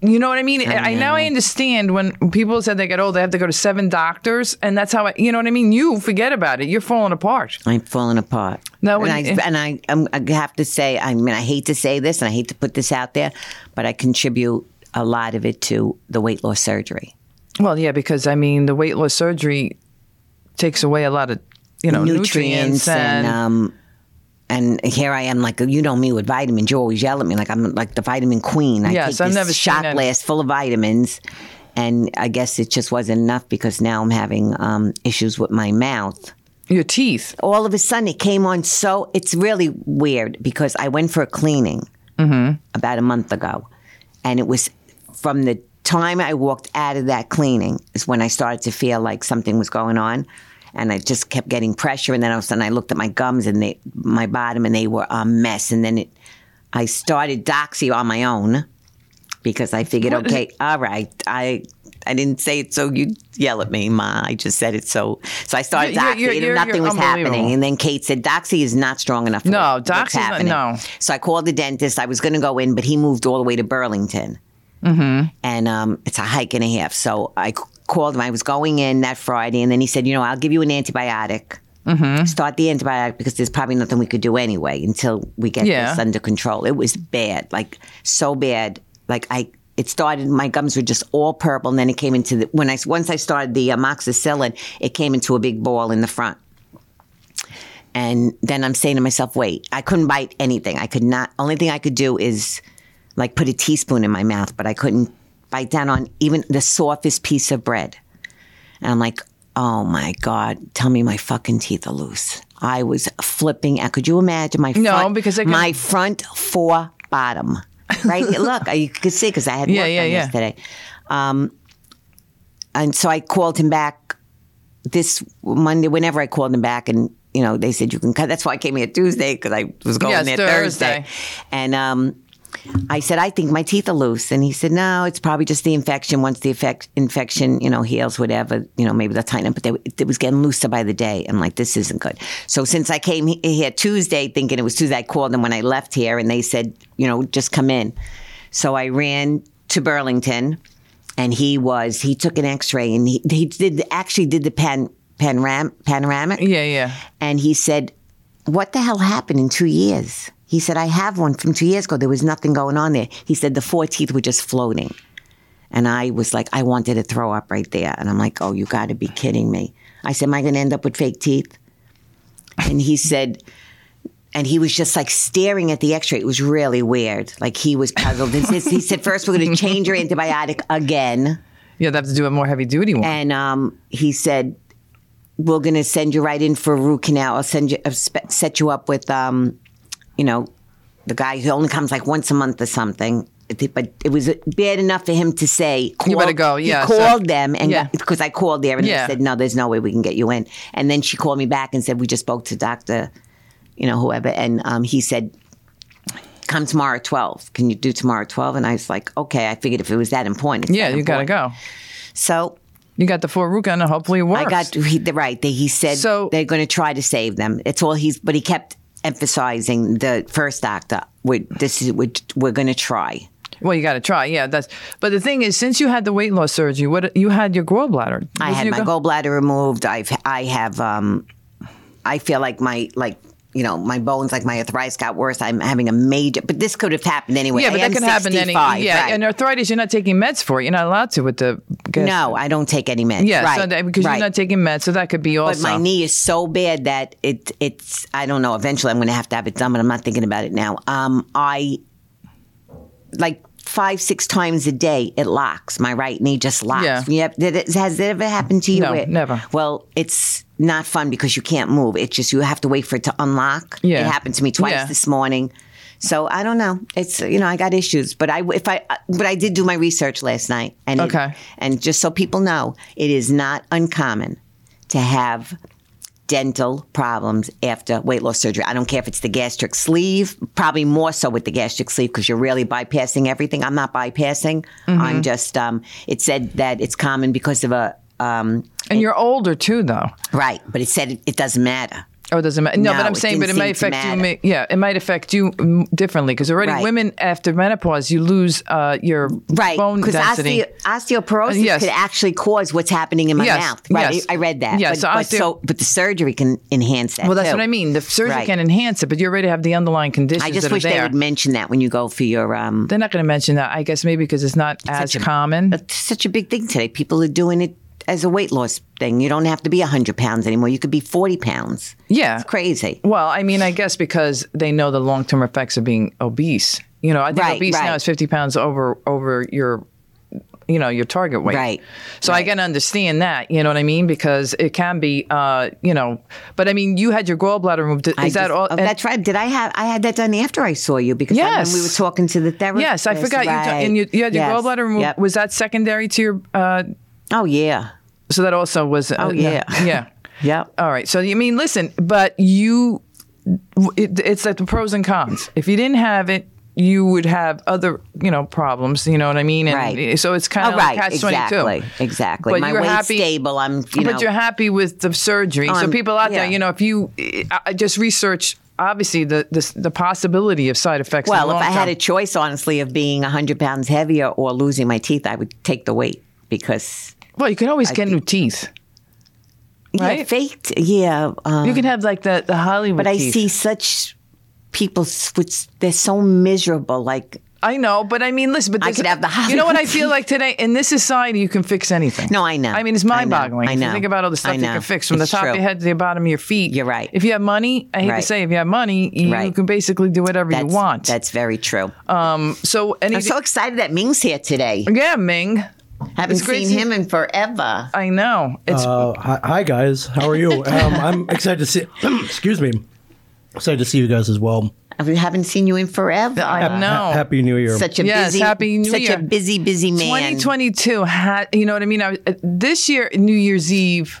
Speaker 4: You know what I mean? I, now I understand when people said they get old, they have to go to seven doctors, and that's how I. You know what I mean? You forget about it. You're falling apart.
Speaker 5: I'm falling apart.
Speaker 4: No,
Speaker 5: and I,
Speaker 4: when-
Speaker 5: and I, um, I have to say, I mean, I hate to say this, and I hate to put this out there, but I contribute a lot of it to the weight loss surgery.
Speaker 4: Well, yeah, because I mean, the weight loss surgery takes away a lot of you know Oh, nutrients, and, uh,
Speaker 5: um, and here I am, like you know me with vitamins. You always yell at me, like I'm like the vitamin queen. I
Speaker 4: Yes,
Speaker 5: take
Speaker 4: I've
Speaker 5: this
Speaker 4: never seen
Speaker 5: shot
Speaker 4: any-
Speaker 5: glass full of vitamins, And I guess it just wasn't enough because now I'm having um, issues with my mouth.
Speaker 4: Your teeth.
Speaker 5: All of a sudden, it came on so it's really weird because I went for a cleaning about a month ago, and it was from the time I walked out of that cleaning is when I started to feel like something was going on, and I just kept getting pressure. And then all of a sudden, I looked at my gums and they, my bottom, and they were a mess. And then it, I started Doxy on my own because I figured, okay, all right, I. I didn't say it so you yell at me, Ma. I just said it so. So I started
Speaker 4: You're- you're-
Speaker 5: Doxy, and
Speaker 4: you're-
Speaker 5: nothing
Speaker 4: you're
Speaker 5: was happening.
Speaker 4: unbelievable.
Speaker 5: And then Kate said, Doxy is not strong enough. For
Speaker 4: No,
Speaker 5: what's
Speaker 4: Doxy's not-
Speaker 5: happening."
Speaker 4: no.
Speaker 5: So I called the dentist. I was going to go in, but he moved all the way to Burlington
Speaker 4: Mm-hmm.
Speaker 5: and um, it's a hike and a half. So I c- called him. I was going in that Friday, and then he said, "You know, I'll give you an antibiotic.
Speaker 4: Mm-hmm.
Speaker 5: Start the antibiotic because there's probably nothing we could do anyway until we get
Speaker 4: Yeah.
Speaker 5: this under control." It was bad, like so bad. Like I, it started. My gums were just all purple, and then it came into the when I s- once I started the amoxicillin, it came into a big ball in the front. And then I'm saying to myself, wait, I couldn't bite anything. I could not, only thing I could do is like put a teaspoon in my mouth, but I couldn't bite down on even the softest piece of bread. And I'm like, oh my God, tell me my fucking teeth are loose. I was flipping out. Could you imagine my
Speaker 4: No,
Speaker 5: front,
Speaker 4: because I could-
Speaker 5: my front four bottom, right? Look, you could see because I had
Speaker 4: Yeah,
Speaker 5: work
Speaker 4: yeah,
Speaker 5: on
Speaker 4: yeah.
Speaker 5: yesterday. Um, and so I called him back this Monday, whenever I called them back, and you know they said you can cut. That's why I came here Tuesday because I was going
Speaker 4: Yes,
Speaker 5: there
Speaker 4: Thursday.
Speaker 5: Thursday. and um, I said I think my teeth are loose, and he said no, it's probably just the infection. Once the effect, infection, you know, heals, whatever, you know, maybe they'll tighten up. But they, it was getting looser by the day. I'm like, this isn't good. So since I came he- here Tuesday, thinking it was Tuesday, I called them when I left here, and they said, you know, just come in. So I ran to Burlington and he was he took an X-ray and he, he did actually did the pan panoram, panoramic
Speaker 4: Yeah, yeah.
Speaker 5: and he said, "What the hell happened in two years?" He said, "I have one from two years ago. There was nothing going on there." He said the four teeth were just floating, and I was like, I wanted to throw up right there, and I'm like, "Oh, you got to be kidding me!" I said, "Am I going to end up with fake teeth?" And he said. And he was just like staring at the X-ray. It was really weird. Like he was puzzled. And he said- he said, first, we're going to change your antibiotic again."
Speaker 4: You'd have to do a more heavy duty one.
Speaker 5: and um, he said, "We're going to send you right in for a root canal. I'll send you, I'll spe- set you up with, um, you know, the guy who only comes like once a month or something." But it was bad enough for him to say,
Speaker 4: You better go,
Speaker 5: he
Speaker 4: yeah, so-
Speaker 5: called them and
Speaker 4: Yeah.
Speaker 5: because I called there and
Speaker 4: Yeah.
Speaker 5: they said, "No, there's no way we can get you in." And then she called me back and said, "We just spoke to Doctor, you know, whoever," and um, he said, come tomorrow at 12. Can you do tomorrow at 12? And I was like, okay, I figured if it was that important. it's
Speaker 4: yeah,
Speaker 5: that
Speaker 4: you got to
Speaker 5: important.
Speaker 4: go.
Speaker 5: So
Speaker 4: You got the four root gun, and hopefully it works.
Speaker 5: I got he, the- right. They, he said
Speaker 4: So-
Speaker 5: they're going to try to save them. It's all he's, but he kept emphasizing the first doctor. We're, this is we're, we're going to try.
Speaker 4: Well, you got to try. Yeah, that's. But the thing is, since you had the weight loss surgery, what you had your gallbladder.
Speaker 5: I had my gallbladder removed. I've I have um, I feel like my like. You know, my bones, like my arthritis, got worse. I'm having a major, but this could have happened anyway.
Speaker 4: Yeah, but
Speaker 5: I
Speaker 4: that
Speaker 5: am
Speaker 4: can happen any.
Speaker 5: 65,
Speaker 4: Yeah,
Speaker 5: right.
Speaker 4: and arthritis, you're not taking meds for it. You're not allowed to with the. gas-
Speaker 5: no, I don't take any meds.
Speaker 4: Yeah,
Speaker 5: right,
Speaker 4: so that, because
Speaker 5: right.
Speaker 4: you're not taking meds, so that could be
Speaker 5: But
Speaker 4: also.
Speaker 5: my knee is so bad that it it's I don't know. Eventually, I'm going to have to have it done, but I'm not thinking about it now. Um, I like five six times a day it locks. My right knee just locks.
Speaker 4: Yeah.
Speaker 5: Yep. Did it, has it ever happened to you?
Speaker 4: No,
Speaker 5: Where-
Speaker 4: never.
Speaker 5: Well, it's not fun because you can't move. It's just you have to wait for it to unlock.
Speaker 4: Yeah.
Speaker 5: It happened to me twice
Speaker 4: Yeah.
Speaker 5: this morning. So I don't know. It's you know I got issues, but I if I but I did do my research last night and it-
Speaker 4: Okay.
Speaker 5: and just so people know, it is not uncommon to have dental problems after weight loss surgery. I don't care if it's the gastric sleeve, probably more so with the gastric sleeve because you're really bypassing everything. I'm not bypassing. I'm just, um, it said that it's common because of a, um,
Speaker 4: and you're older too, though.
Speaker 5: right, but it said it, it doesn't matter.
Speaker 4: Oh, it doesn't matter. No,
Speaker 5: No,
Speaker 4: but I'm
Speaker 5: it
Speaker 4: saying, but it
Speaker 5: didn't
Speaker 4: might
Speaker 5: seem to
Speaker 4: affect you.
Speaker 5: matter.
Speaker 4: ma- Yeah, it might affect you mm, differently because already
Speaker 5: Right.
Speaker 4: women after menopause, you lose uh, your
Speaker 5: Right,
Speaker 4: bone
Speaker 5: because
Speaker 4: density.
Speaker 5: osteo- osteoporosis
Speaker 4: Yes.
Speaker 5: could actually cause what's happening in my
Speaker 4: Yes,
Speaker 5: mouth. Right,
Speaker 4: yes.
Speaker 5: I read that.
Speaker 4: Yeah,
Speaker 5: but,
Speaker 4: so
Speaker 5: but,
Speaker 4: osteo-
Speaker 5: so, but the surgery can enhance that.
Speaker 4: well, that's
Speaker 5: too.
Speaker 4: what I mean. The surgery
Speaker 5: Right.
Speaker 4: can enhance it, but you already have the underlying conditions.
Speaker 5: I just
Speaker 4: that
Speaker 5: wish
Speaker 4: are
Speaker 5: they
Speaker 4: there.
Speaker 5: would mention that when you go for your um,
Speaker 4: They're not going to mention that. I guess maybe because it's not as
Speaker 5: such a-
Speaker 4: common.
Speaker 5: It's such a big thing today. People are doing it as a weight loss thing. You don't have to be 100 pounds anymore. You could be 40 pounds.
Speaker 4: yeah.
Speaker 5: It's crazy.
Speaker 4: Well, I mean, I guess because they know the long term effects of being obese. You know, I think
Speaker 5: Right,
Speaker 4: obese
Speaker 5: right.
Speaker 4: now is fifty pounds over over your you know, your target weight.
Speaker 5: Right.
Speaker 4: So I can understand that, you know what I mean? Because it can be, uh, you know, but I mean, you had your gallbladder removed. Is
Speaker 5: I
Speaker 4: that
Speaker 5: just-
Speaker 4: all?
Speaker 5: Oh,
Speaker 4: and-
Speaker 5: that's right. Did I have? I had that done after I saw you because I-
Speaker 4: Yes.
Speaker 5: when we were talking to the therapist.
Speaker 4: Yes, I forgot you, t-
Speaker 5: right.
Speaker 4: and you, you had your
Speaker 5: Yes.
Speaker 4: gallbladder removed.
Speaker 5: Yep.
Speaker 4: Was that secondary to your? Uh,
Speaker 5: oh yeah,
Speaker 4: so that also was. uh,
Speaker 5: Oh, yeah.
Speaker 4: yeah.
Speaker 5: yep.
Speaker 4: All right. So you mean listen, but you, it, it's like the pros and cons. If you didn't have it, you would have other you know problems. You know what I mean? And
Speaker 5: Right.
Speaker 4: So it's kind
Speaker 5: Oh,
Speaker 4: of
Speaker 5: right,
Speaker 4: like catch
Speaker 5: exactly,
Speaker 4: twenty two.
Speaker 5: exactly.
Speaker 4: But
Speaker 5: My
Speaker 4: you're
Speaker 5: weight's
Speaker 4: happy-
Speaker 5: stable. I'm,
Speaker 4: but
Speaker 5: you know,
Speaker 4: you're happy with the surgery. so
Speaker 5: I'm-
Speaker 4: people out there,
Speaker 5: yeah.
Speaker 4: you know, if you I I just research, obviously the the, the possibility of side effects. in the
Speaker 5: Well, if
Speaker 4: long
Speaker 5: I had
Speaker 4: term.
Speaker 5: a choice, honestly, of being 100 pounds heavier or losing my teeth, I would take the weight because
Speaker 4: well, you can always get new teeth.
Speaker 5: yeah,
Speaker 4: Right?
Speaker 5: faked, yeah. Um,
Speaker 4: You can have like the the Hollywood.
Speaker 5: but I
Speaker 4: teeth.
Speaker 5: see such people switch. They're so miserable. Like,
Speaker 4: I know, but I mean, listen, but
Speaker 5: I
Speaker 4: this-
Speaker 5: could have the
Speaker 4: You know what I feel
Speaker 5: Hollywood
Speaker 4: like today in this society, you can fix anything.
Speaker 5: No, I know.
Speaker 4: I mean, it's
Speaker 5: I know.
Speaker 4: mind-boggling.
Speaker 5: I
Speaker 4: If you
Speaker 5: know.
Speaker 4: think about all the
Speaker 5: I
Speaker 4: stuff you
Speaker 5: know.
Speaker 4: can fix from
Speaker 5: It's
Speaker 4: the top
Speaker 5: true.
Speaker 4: of your head to the bottom of your feet.
Speaker 5: You're right.
Speaker 4: If you have money, I hate to
Speaker 5: Right.
Speaker 4: say, if you have money, you
Speaker 5: Right.
Speaker 4: can basically do whatever
Speaker 5: that's,
Speaker 4: you want. Uh,
Speaker 5: That's very true.
Speaker 4: so any
Speaker 5: I'm so excited that Ming's here today.
Speaker 4: yeah, Ming.
Speaker 5: Haven't
Speaker 4: it's great
Speaker 5: seen
Speaker 4: to-
Speaker 5: him in forever.
Speaker 4: I know it's
Speaker 6: Uh, hi, hi guys, how are you? Um, I'm excited to see. excuse me, excited to see you guys as well.
Speaker 5: I haven't seen you in forever.
Speaker 4: I
Speaker 6: Ha-
Speaker 4: know.
Speaker 6: Happy New Year.
Speaker 5: such a
Speaker 4: Yes,
Speaker 5: busy,
Speaker 4: Happy New
Speaker 5: such
Speaker 4: Year.
Speaker 5: a busy, busy man.
Speaker 4: 2022 had you know what i mean I, was- uh, this year new year's eve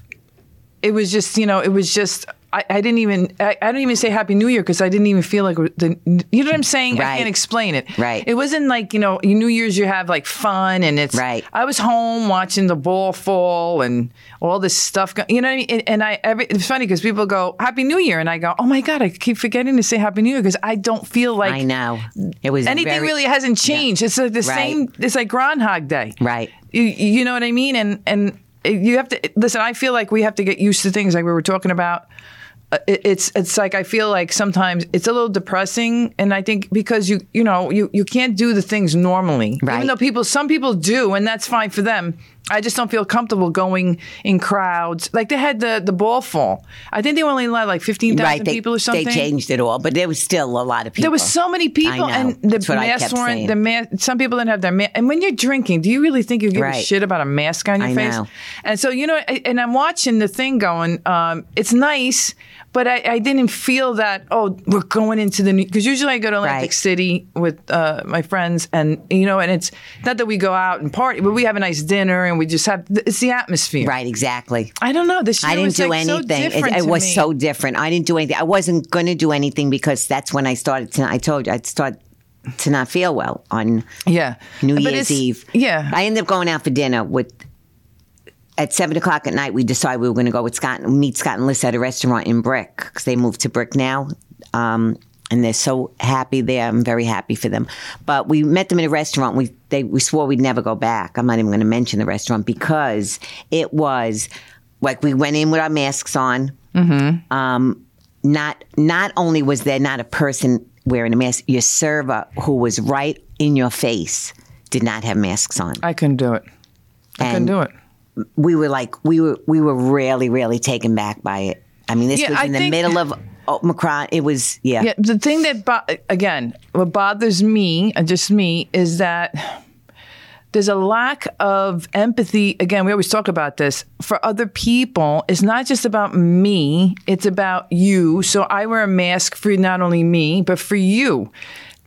Speaker 4: it was just you know it was just i, I didn't even I, I didn't even say happy new year because i didn't even feel like the you know what i'm saying i
Speaker 5: Right.
Speaker 4: can't explain it
Speaker 5: Right.
Speaker 4: it wasn't like you know new year's you have like fun and it's
Speaker 5: Right.
Speaker 4: i was home watching the ball fall and all this stuff go, you know what i mean and, and i every it's funny because people go happy new year and i go oh my god i keep forgetting to say happy new year because i don't feel like
Speaker 5: I know. It was
Speaker 4: anything
Speaker 5: very-
Speaker 4: really hasn't changed. It's like the
Speaker 5: Right.
Speaker 4: same. It's like Groundhog Day.
Speaker 5: Right.
Speaker 4: You, you know what I mean? And and you have to listen. I feel like we have to get used to things like we were talking about. Uh, it- It's it's like I feel like sometimes it's a little depressing, and I think because you you know you you can't do the things normally,
Speaker 5: Right.
Speaker 4: even though people some people do, and that's fine for them. I just don't feel comfortable going in crowds. Like they had the the ball fall. I think they only allowed like fifteen thousand
Speaker 5: They,
Speaker 4: people or
Speaker 5: they
Speaker 4: something.
Speaker 5: changed it all, but there was still a lot of people.
Speaker 4: There was so many people,
Speaker 5: I know.
Speaker 4: and the
Speaker 5: That's what I
Speaker 4: masks
Speaker 5: kept
Speaker 4: weren't.
Speaker 5: saying.
Speaker 4: The ma- some people didn't have their mask. And when you're drinking, do you really think you give a
Speaker 5: Right.
Speaker 4: shit about a mask on your
Speaker 5: I
Speaker 4: face?
Speaker 5: know.
Speaker 4: And so you know, I- and I'm watching the thing going. Um, it's nice, but I, I didn't feel that. Oh, we're going into the because usually I go to Atlantic
Speaker 5: Right.
Speaker 4: City with uh, my friends, and you know, and it's not that we go out and party, but we have a nice dinner and we just have. It's the atmosphere.
Speaker 5: Right, exactly.
Speaker 4: I don't know. This year
Speaker 5: I didn't
Speaker 4: was,
Speaker 5: do
Speaker 4: like, so
Speaker 5: anything.
Speaker 4: different
Speaker 5: it it
Speaker 4: to
Speaker 5: was
Speaker 4: me.
Speaker 5: so different. I didn't do anything. I wasn't going to do anything because that's when I started to. I told you I'd start to not feel well on
Speaker 4: yeah.
Speaker 5: New
Speaker 4: But it's-
Speaker 5: Year's Eve.
Speaker 4: Yeah.
Speaker 5: I ended up going out for dinner with. At seven o'clock at night, we decided we were going to go with Scott, meet Scott and Liz at a restaurant in Brick because they moved to Brick now, um, and they're so happy there. I'm very happy for them. But we met them in a restaurant. We they we swore we'd never go back. I'm not even going to mention the restaurant because it was like we went in with our masks on. Um, not not only was there not a person wearing a mask, your server who was right in your face did not have masks on.
Speaker 4: I couldn't do it. I couldn't
Speaker 5: And
Speaker 4: do it.
Speaker 5: we were like we were we were really really taken back by it. I mean, this
Speaker 4: Yeah,
Speaker 5: was
Speaker 4: I
Speaker 5: in the
Speaker 4: think-
Speaker 5: middle of Omicron. It was yeah.
Speaker 4: Yeah, the thing that bo- again, what bothers me, and just me, is that there's a lack of empathy. Again, we always talk about this for other people. It's not just about me; it's about you. So I wear a mask for not only me but for you.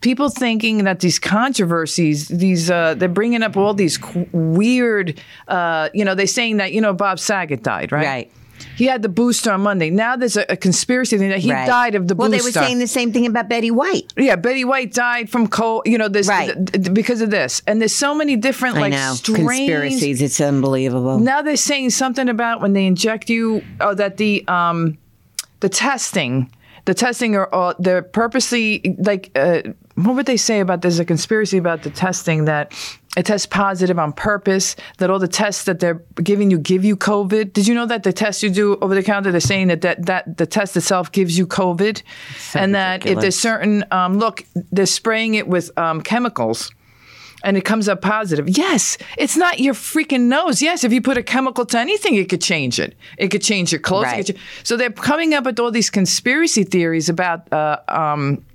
Speaker 4: People thinking that these controversies, these uh, they're bringing up all these qu- weird, uh, you know, they're saying that you know Bob Saget died, right?
Speaker 5: Right.
Speaker 4: He had the booster on Monday. Now there's a, a conspiracy thing that he
Speaker 5: Right.
Speaker 4: died of the
Speaker 5: well,
Speaker 4: booster.
Speaker 5: they were saying the same thing about Betty White.
Speaker 4: Yeah, Betty White died from cold. You know this
Speaker 5: Right.
Speaker 4: th- th- because of this, and there's so many different like
Speaker 5: I know
Speaker 4: strange
Speaker 5: conspiracies. It's unbelievable.
Speaker 4: Now they're saying something about when they inject you, oh, that the um, the testing, the testing are all they're purposely like uh, what would they say about there's a conspiracy about the testing that it tests positive on purpose that all the tests that they're giving you give you COVID. Did you know that the tests you do over the counter they're saying that that, that the test itself gives you COVID, and that if
Speaker 5: ridiculous.
Speaker 4: there's certain um, look they're spraying it with um, chemicals and it comes up positive. Yes, it's not your freaking nose. Yes, if you put a chemical to anything, it could change it. It could change your clothes. It
Speaker 5: Right.
Speaker 4: could cha- so they're coming up with all these conspiracy theories about uh, um,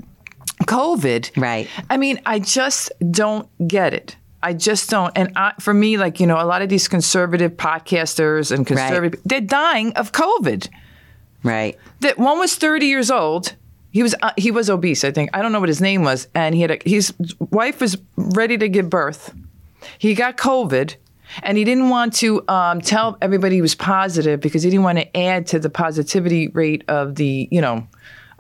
Speaker 4: COVID.
Speaker 5: Right.
Speaker 4: I mean, I just don't get it. I just don't. And I, for me, like you know, a lot of these conservative podcasters and conservative, they're dying of COVID.
Speaker 5: Right.
Speaker 4: That one was 30 years old. He was uh, he was obese, I think. I don't know what his name was, and he had a, his wife was ready to give birth. He got COVID, and he didn't want to um, tell everybody he was positive because he didn't want to add to the positivity rate of the you know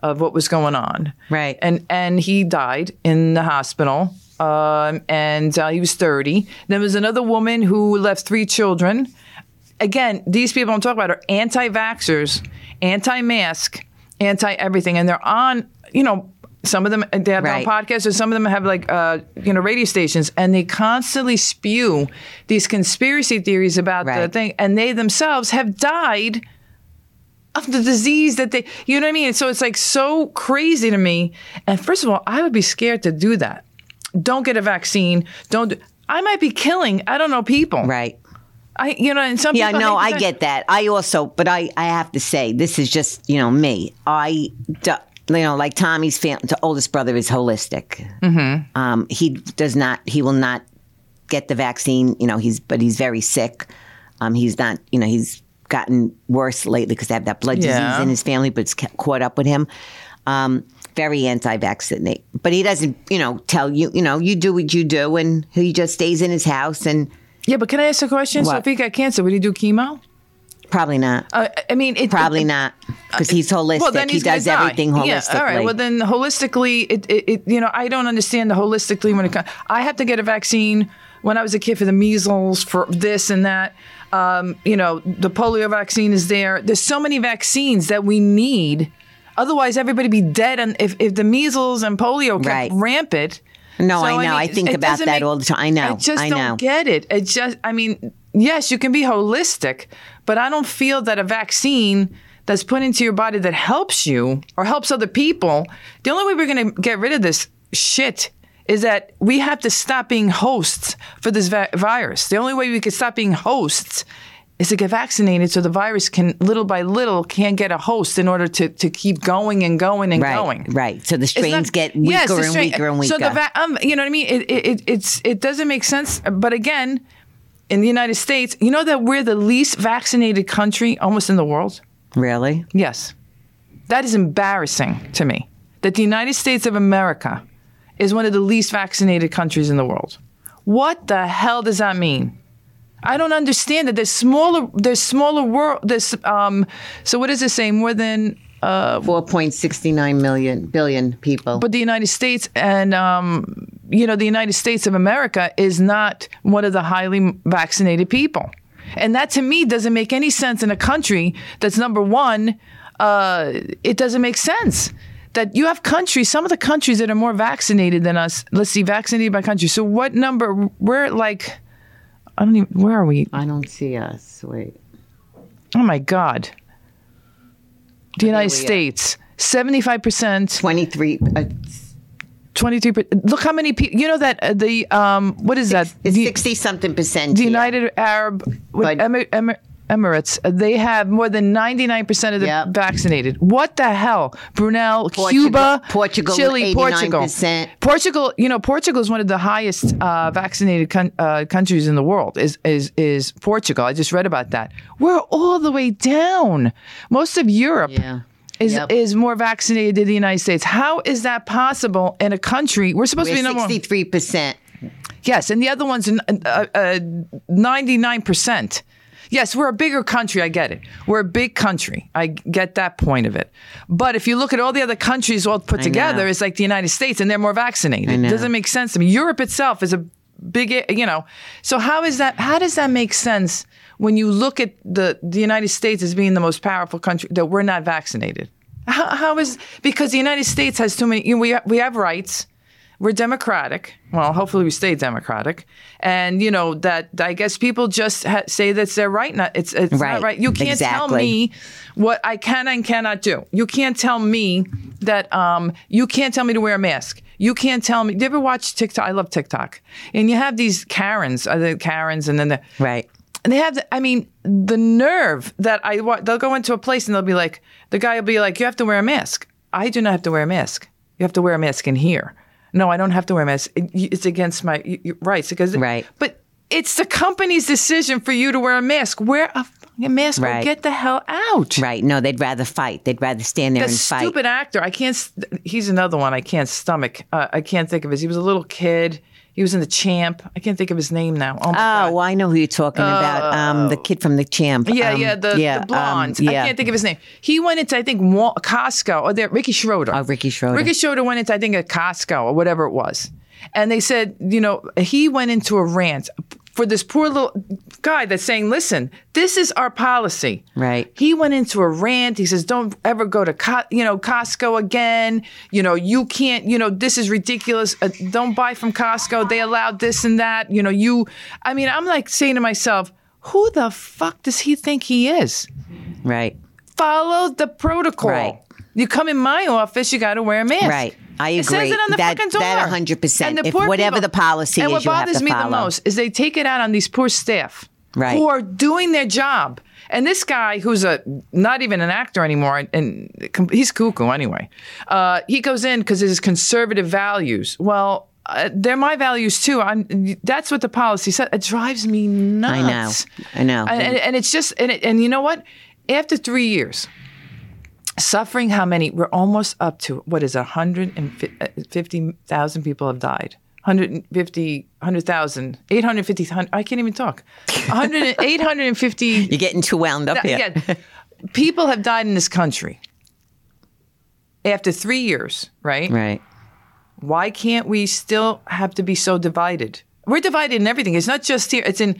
Speaker 4: of what was going on.
Speaker 5: Right.
Speaker 4: And and he died in the hospital. Um, and uh, he was 30. There was another woman who left three children again, these people I'm talking about are anti vaxxers, anti mask, anti everything. And they're on, you know, some of them, they have
Speaker 5: Right.
Speaker 4: their own podcasts, or some of them have like, uh, you know, radio stations, and they constantly spew these conspiracy theories about the
Speaker 5: Right.
Speaker 4: thing. And they themselves have died of the disease that they, you know what I mean? So it's like so crazy to me. And first of all, I would be scared to do that. Don't get a vaccine. Don't. Do, I might be killing. I don't know people.
Speaker 5: Right.
Speaker 4: I, you know, and some
Speaker 5: Yeah,
Speaker 4: people
Speaker 5: no,
Speaker 4: think
Speaker 5: I
Speaker 4: that-
Speaker 5: get that. I also, but I, I have to say, this is just you know me. I, d- you know, like Tommy's fam- the oldest brother is holistic. Mm-hmm. Um, he does not. He will not get the vaccine. You know, he's but he's very sick. Um, he's not. You know, he's gotten worse lately because they have that blood
Speaker 4: Yeah.
Speaker 5: disease in his family, but it's ca- caught up with him. Um, very anti-vaccinate, but he doesn't. You know, tell you. You know, you do what you do, and he just stays in his house and
Speaker 4: Yeah, but can I ask a question? So
Speaker 5: What?
Speaker 4: if he got cancer, would he do chemo?
Speaker 5: probably not.
Speaker 4: Uh, I mean, it,
Speaker 5: Probably
Speaker 4: it-
Speaker 5: not, because he's holistic.
Speaker 4: Well, then
Speaker 5: he
Speaker 4: he's gonna
Speaker 5: does
Speaker 4: die.
Speaker 5: everything holistically.
Speaker 4: Yeah, all right. Well, then holistically, it, it, it you know, I don't understand the holistically when it comes. I have to get a vaccine when I was a kid for the measles, for this and that. Um, you know, the polio vaccine is there. There's so many vaccines that we need. Otherwise, everybody be dead. And if, if the measles and polio kept
Speaker 5: Right.
Speaker 4: rampant.
Speaker 5: No,
Speaker 4: So,
Speaker 5: I know. I,
Speaker 4: mean,
Speaker 5: think
Speaker 4: it
Speaker 5: about
Speaker 4: doesn't
Speaker 5: that
Speaker 4: make-
Speaker 5: all the time. I know.
Speaker 4: I just
Speaker 5: I
Speaker 4: don't
Speaker 5: know.
Speaker 4: get it. It just, I mean, yes, you can be holistic, but I don't feel that a vaccine that's put into your body that helps you or helps other people, the only way we're going to get rid of this shit is that we have to stop being hosts for this vi- virus. The only way we can stop being hosts is to get vaccinated so the virus can little by little can get a host in order to, to keep going and going and
Speaker 5: right.
Speaker 4: going
Speaker 5: Right. So the
Speaker 4: it's
Speaker 5: strains
Speaker 4: not-
Speaker 5: get weaker
Speaker 4: Yes, the
Speaker 5: and
Speaker 4: strain-
Speaker 5: weaker and weaker.
Speaker 4: So the va- um, you know what I mean? It, it, it it's it doesn't make sense. But again, in the United States, you know that we're the least vaccinated country almost in the world.
Speaker 5: really?
Speaker 4: Yes, that is embarrassing to me. That the United States of America is one of the least vaccinated countries in the world. What the hell does that mean? I don't understand that. There's smaller. There's smaller world. There's um. So what is it saying? More than
Speaker 5: Four point sixty nine million billion people.
Speaker 4: but the United States and um, you know the United States of America is not one of the highly vaccinated people, and that to me doesn't make any sense in a country that's number one. Uh, it doesn't make sense that you have countries, some of the countries that are more vaccinated than us. Let's see, vaccinated by country. So what number? We're like, I don't even. Where are we?
Speaker 5: I don't see us. Wait.
Speaker 4: Oh my God. The United
Speaker 5: we are.
Speaker 4: States, seventy-five percent.
Speaker 5: Twenty three. Uh,
Speaker 4: 23 per- look how many people you know that uh, the um what is that
Speaker 5: it's
Speaker 4: the,
Speaker 5: sixty something percent.
Speaker 4: the
Speaker 5: here.
Speaker 4: united arab what,
Speaker 5: But-
Speaker 4: Emir, Emir, emirates uh, they have more than 99% of the
Speaker 5: Yep.
Speaker 4: vaccinated what the hell brunel cuba
Speaker 5: Portugal,
Speaker 4: chile portugal
Speaker 5: 89%.
Speaker 4: portugal you know portugal is one of the highest uh, vaccinated con- uh, countries in the world is is is portugal i just read about that we're all the way down most of europe
Speaker 5: Yeah.
Speaker 4: Is,
Speaker 5: Yep.
Speaker 4: is more vaccinated than the United States. How is that possible in a country we're supposed to be
Speaker 5: We're
Speaker 4: number one?
Speaker 5: sixty three percent.
Speaker 4: Yes, and the other one's uh, ninety-nine percent. Yes, we're a bigger country. I get it. We're a big country. I get that point of it. But if you look at all the other countries all put together, it's like the United States, and they're more vaccinated. It
Speaker 5: know.
Speaker 4: doesn't make sense to me. Europe itself is a big, you know. So how is that? How does that make sense when you look at the the United States as being the most powerful country that we're not vaccinated? How, how is because the United States has too many. You know, we we have rights we're democratic. Well, hopefully we stay democratic. And you know that I guess people just ha- say that's their right. Not it's it's
Speaker 5: Right.
Speaker 4: not right. You can't tell
Speaker 5: Exactly.
Speaker 4: me what I can and cannot do. You can't tell me that um you can't tell me to wear a mask. You can't tell me. Do you ever watch TikTok? I love TikTok. And you have these Karens, uh, the Karens, and then the
Speaker 5: Right.
Speaker 4: and they have, the, I mean, the nerve that I wa- they'll go into a place and they'll be like, the guy will be like, you have to wear a mask. I do not have to wear a mask. You have to wear a mask in here. no, I don't have to wear a mask. It- you- It's against my y- y- rights. Because
Speaker 5: Right.
Speaker 4: but it's the company's decision for you to wear a mask. Wear a fucking mask or
Speaker 5: Right.
Speaker 4: get the hell out.
Speaker 5: Right. No, they'd rather fight. They'd rather stand there
Speaker 4: The
Speaker 5: and fight.
Speaker 4: stupid actor. I can't. st- He's another one I can't stomach. Uh, I can't think of his. He was a little kid. He was in the champ. I can't think of his name now. Oh, my
Speaker 5: Oh,
Speaker 4: God.
Speaker 5: well, I know who you're talking about. Um, the kid from the champ.
Speaker 4: Oh. Yeah,
Speaker 5: Um,
Speaker 4: yeah, the,
Speaker 5: yeah,
Speaker 4: the
Speaker 5: um,
Speaker 4: blonde.
Speaker 5: yeah.
Speaker 4: I can't think of his name. He went into I think Wa- Costco or there Ricky Schroeder.
Speaker 5: Oh, Ricky Schroeder.
Speaker 4: Ricky Schroeder went into I think a Costco or whatever it was, and they said you know he went into a rant for this poor little guy that's saying listen this is our policy
Speaker 5: Right.
Speaker 4: he went into a rant he says don't ever go to Co- you know costco again you know you can't you know this is ridiculous uh, don't buy from costco they allowed this and that you know you i mean i'm like saying to myself who the fuck does he think he is
Speaker 5: Right.
Speaker 4: follow the protocol
Speaker 5: Right.
Speaker 4: you come in my office you got to wear a mask
Speaker 5: Right. I
Speaker 4: it says
Speaker 5: agree.
Speaker 4: it on the
Speaker 5: That-
Speaker 4: fucking door.
Speaker 5: that 100%.
Speaker 4: And the
Speaker 5: If
Speaker 4: poor
Speaker 5: whatever
Speaker 4: people-
Speaker 5: the policy
Speaker 4: and
Speaker 5: is,
Speaker 4: what
Speaker 5: you have
Speaker 4: bothers
Speaker 5: to
Speaker 4: me the
Speaker 5: follow.
Speaker 4: most is they take it out on these poor staff
Speaker 5: Right.
Speaker 4: who are doing their job. And this guy, who's a not even an actor anymore, and, and com- he's cuckoo anyway. Uh, he goes in because his conservative values. Well, uh, they're my values too. I'm. That's what the policy said. It drives me
Speaker 5: know.
Speaker 4: nuts.
Speaker 5: I know.
Speaker 4: And, and, and it's just and it, and you know what? After three years, suffering how many we're almost up to what is it, 150,000 uh, people have died 150 100,000 850 hun- I can't even talk 100 850
Speaker 5: You're getting too wound up here.
Speaker 4: yeah, people have died in this country after 3 years right
Speaker 5: Right.
Speaker 4: why can't we still have to be so divided we're divided in everything it's not just here it's in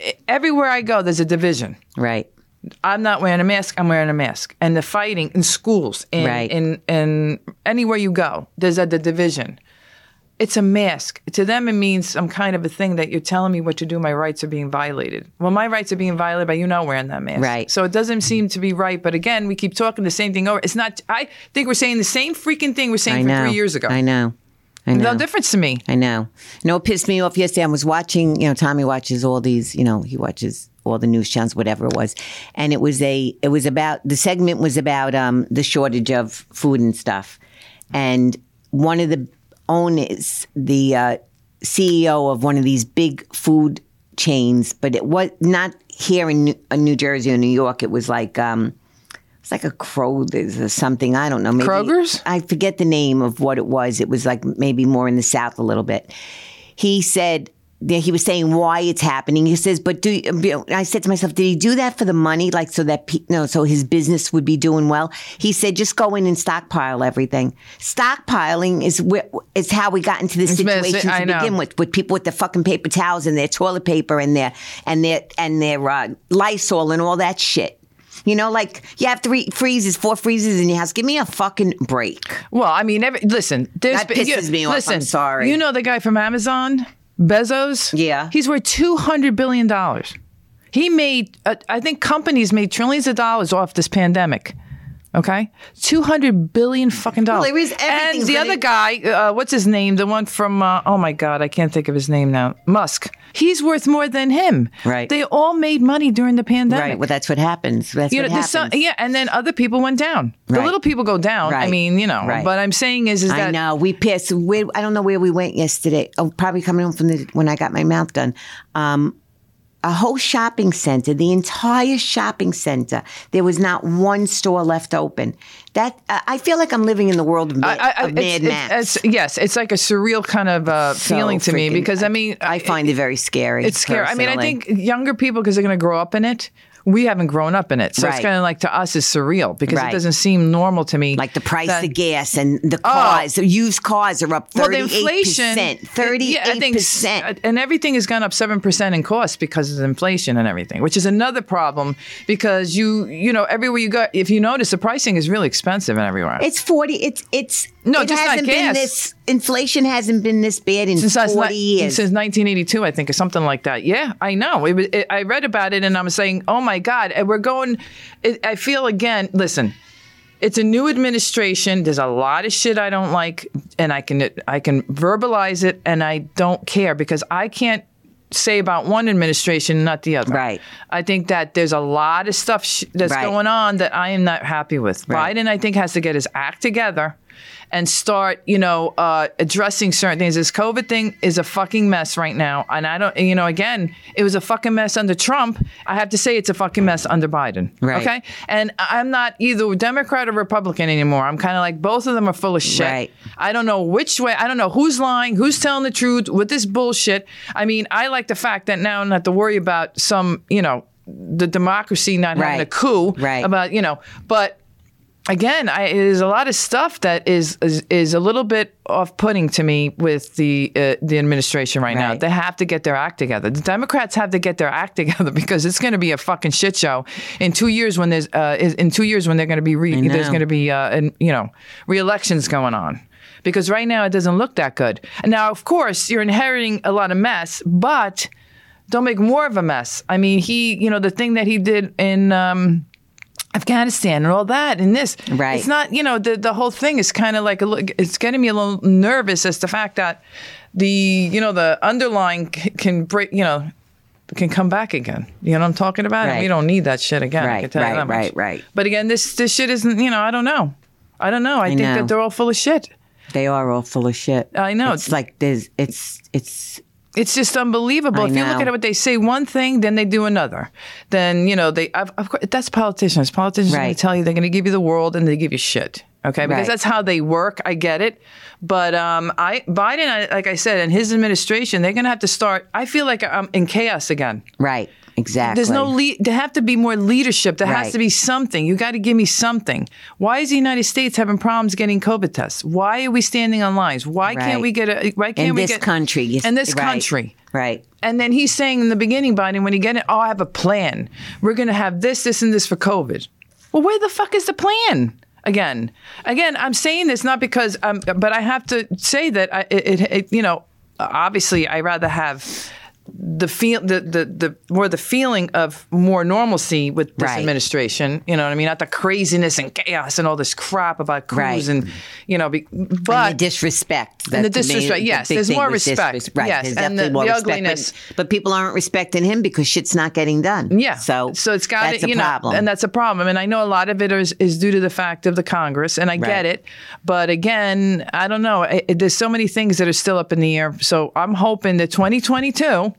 Speaker 4: e, everywhere I go there's a division
Speaker 5: Right.
Speaker 4: I'm not wearing a mask. I'm wearing a mask. And the fighting in schools, in
Speaker 5: Right.
Speaker 4: in, in anywhere you go, there's a the division. It's a mask. To them, it means some kind of a thing that you're telling me what to do. My rights are being violated. Well, my rights are being violated by you not wearing that mask.
Speaker 5: Right.
Speaker 4: So it doesn't seem to be right. But again, we keep talking the same thing over. It's not. I think we're saying the same freaking thing we're
Speaker 5: I
Speaker 4: saying for
Speaker 5: know.
Speaker 4: three years ago.
Speaker 5: I know. I know.
Speaker 4: No difference to me.
Speaker 5: I know. You know, it pissed me off yesterday. I was watching, you know, Tommy watches all these, you know, he watches all the news channels, whatever it was. And it was a, it was about, the segment was about um, the shortage of food and stuff. And one of the owners, the uh, CEO of one of these big food chains, but it was not here in New, uh, New Jersey or New York. It was like, um, it's like a Kroger's or something. I don't know. Maybe,
Speaker 4: Kroger's?
Speaker 5: I forget the name of what it was. It was like maybe more in the South a little bit. He said that he was saying why it's happening. He says, but do you know, I said to myself, did he do that for the money, like so that pe- no, so his business would be doing well? He said, just go in and stockpile everything. Stockpiling is where, is how we got into this
Speaker 4: It's messy.
Speaker 5: situation
Speaker 4: I
Speaker 5: to
Speaker 4: know.
Speaker 5: begin with with people with their fucking paper towels and their toilet paper and their and their and their uh, Lysol and all that shit. You know, like you have three freezes, four freezes in your house. Give me a fucking break.
Speaker 4: Well, I mean, every, listen. There's
Speaker 5: That pisses me off. I'm
Speaker 4: Listen,
Speaker 5: sorry.
Speaker 4: You know the guy from Amazon, Bezos.
Speaker 5: Yeah.
Speaker 4: he's worth two hundred billion dollars. He made. Uh, I think companies made trillions of dollars off this pandemic. Okay, two hundred billion fucking dollars.
Speaker 5: it was
Speaker 4: and
Speaker 5: everything's
Speaker 4: the
Speaker 5: gonna-
Speaker 4: other guy, uh, what's his name? The one from uh, oh my god, I can't think of his name now. Musk. He's worth more than him.
Speaker 5: Right.
Speaker 4: They all made money during the pandemic
Speaker 5: Right. Well, that's what happens. That's
Speaker 4: you
Speaker 5: what
Speaker 4: know, there's
Speaker 5: happens.
Speaker 4: some, yeah, and then other people went down. The
Speaker 5: Right.
Speaker 4: little people go down. I
Speaker 5: Right.
Speaker 4: mean, you know,
Speaker 5: Right.
Speaker 4: but I'm saying is, is that
Speaker 5: I know. We pissed. We, I don't know where we went yesterday. Oh, probably coming home from the when I got my mouth done. Um, a whole shopping center, the entire shopping center. There was not one store left open. That I I feel like I'm living in the world of Mad,
Speaker 4: I, I,
Speaker 5: of Mad
Speaker 4: it's,
Speaker 5: Max.
Speaker 4: it's, it's- yes, it's like a surreal kind of uh,
Speaker 5: So
Speaker 4: feeling to me
Speaker 5: freaking-
Speaker 4: because I mean,
Speaker 5: I find it very scary.
Speaker 4: it's scary. I mean, I
Speaker 5: personally.
Speaker 4: think younger people because they're going to grow up in it. We haven't grown up in it, so it's
Speaker 5: Right.
Speaker 4: kind of like to us is surreal because it
Speaker 5: Right.
Speaker 4: doesn't seem normal to me.
Speaker 5: like the price
Speaker 4: that-
Speaker 5: of gas and the cars, the used cars are up
Speaker 4: Oh. well, the
Speaker 5: thirty eight
Speaker 4: inflation,
Speaker 5: percent. Thirty
Speaker 4: yeah, I
Speaker 5: eight
Speaker 4: think, s- uh,
Speaker 5: percent.
Speaker 4: and everything has gone up seven percent in cost because of inflation and everything, which is another problem because you, you know, everywhere you go, if you notice, the pricing is really expensive in everywhere.
Speaker 5: It's forty. It's it's
Speaker 4: No,
Speaker 5: It
Speaker 4: just not
Speaker 5: hasn't been
Speaker 4: gas.
Speaker 5: this. Inflation hasn't been this bad in
Speaker 4: since I was
Speaker 5: forty
Speaker 4: ni-
Speaker 5: years.
Speaker 4: since 1982, I think, or something like that. Yeah, I know. It was, it, I read about it, and I'm saying, oh my god, and we're going. It, I feel again. Listen, it's a new administration. There's a lot of shit I don't like, and I can I can verbalize it, and I don't care because I can't say about one administration and not the other.
Speaker 5: Right.
Speaker 4: I think that there's a lot of stuff sh- that's
Speaker 5: Right.
Speaker 4: going on that I am not happy with.
Speaker 5: Right.
Speaker 4: Biden, I think, has to get his act together and start, you know, uh, addressing certain things. This COVID thing is a fucking mess right now. And I don't, you know, again, it was a fucking mess under Trump. I have to say it's a fucking mess under Biden.
Speaker 5: Right.
Speaker 4: Okay. And I'm not either Democrat or Republican anymore. I'm kind of like both of them are full of shit.
Speaker 5: Right.
Speaker 4: I don't know which way. I don't know who's lying, who's telling the truth with this bullshit. I mean, I like the fact that now I don't have to worry about some, you know, the democracy not having a
Speaker 5: Right.
Speaker 4: coup.
Speaker 5: Right.
Speaker 4: About you know, but again, I, there's a lot of stuff that is is, is a little bit off putting to me with the uh, the administration right, now.
Speaker 5: Right.
Speaker 4: They have to get their act together. The Democrats have to get their act together because it's going to be a fucking shit show in two years when there's uh, is- in two years when they're going to be re- there's
Speaker 5: know.
Speaker 4: going to be uh, an, you know re-elections going on. Because right now it doesn't look that good. Now, of course, you're inheriting a lot of mess, but don't make more of a mess. I mean, he, you know, the thing that he did in um, Afghanistan and all that and this.
Speaker 5: Right.
Speaker 4: It's not, you know, the, the whole thing is kind of like, a, li- it's getting me a little nervous as the fact that the, you know, the underlying c- can break, you know, can come back again. You know what I'm talking about? And we
Speaker 5: Right.
Speaker 4: don't need that shit again. I
Speaker 5: Right,
Speaker 4: can tell you
Speaker 5: right,
Speaker 4: that much.
Speaker 5: right, right.
Speaker 4: But again, this, this shit isn't, you know, I don't know. I don't know. I, think
Speaker 5: know.
Speaker 4: that they're all full of shit.
Speaker 5: They are all full of shit.
Speaker 4: I know.
Speaker 5: It's like there's it's it's
Speaker 4: It's just unbelievable.
Speaker 5: I
Speaker 4: if you look
Speaker 5: know.
Speaker 4: at it, what they say one thing, then they do another. Then you know they. Of, of course, that's politicians. Politicians are going
Speaker 5: Right.
Speaker 4: to tell you they're going to give you the world, and they give you shit. Okay, because
Speaker 5: Right.
Speaker 4: that's how they work. I get it, but um, I Biden, I, like I said, and his administration, they're going to have to start. I feel like I'm in chaos again.
Speaker 5: right. Exactly.
Speaker 4: There's no lead. There have to be more leadership. There has
Speaker 5: Right.
Speaker 4: to be something. You got to give me something. Why is the United States having problems getting COVID tests? Why are we standing on lines? Why can't
Speaker 5: Right.
Speaker 4: we get a? Why can't
Speaker 5: in
Speaker 4: we
Speaker 5: this
Speaker 4: get
Speaker 5: country. yes,
Speaker 4: In this
Speaker 5: right,
Speaker 4: country.
Speaker 5: Right.
Speaker 4: And then he's saying in the beginning, Biden, when he get it, oh, I have a plan. We're going to have this, this, and this for COVID. Well, where the fuck is the plan? Again, again, I'm saying this not because, um, but I have to say that I, it, it, it, you know, obviously, I rather have the feel, the, the, the more the feeling of more normalcy with this
Speaker 5: Right.
Speaker 4: administration. You know what I mean? Not the craziness and chaos and all this crap about crews
Speaker 5: Right.
Speaker 4: and, you know, be, but
Speaker 5: and the disrespect.
Speaker 4: And the
Speaker 5: That's main-
Speaker 4: disrespect,
Speaker 5: the
Speaker 4: yes,
Speaker 5: big
Speaker 4: there's
Speaker 5: thing
Speaker 4: more
Speaker 5: was
Speaker 4: respect,
Speaker 5: disres- right.
Speaker 4: yes,
Speaker 5: There's
Speaker 4: and the-
Speaker 5: definitely more
Speaker 4: the
Speaker 5: respect, but-
Speaker 4: ugliness.
Speaker 5: But, people aren't respecting him because shit's not getting done.
Speaker 4: Yeah.
Speaker 5: So
Speaker 4: so it's got
Speaker 5: that's
Speaker 4: to, you
Speaker 5: a
Speaker 4: know,
Speaker 5: problem.
Speaker 4: and that's a problem. And I know a lot of it is, is due to the fact of the Congress, and I get
Speaker 5: Right.
Speaker 4: it. But again, I don't know. I- I- there's so many things that are still up in the air. So I'm hoping that 2022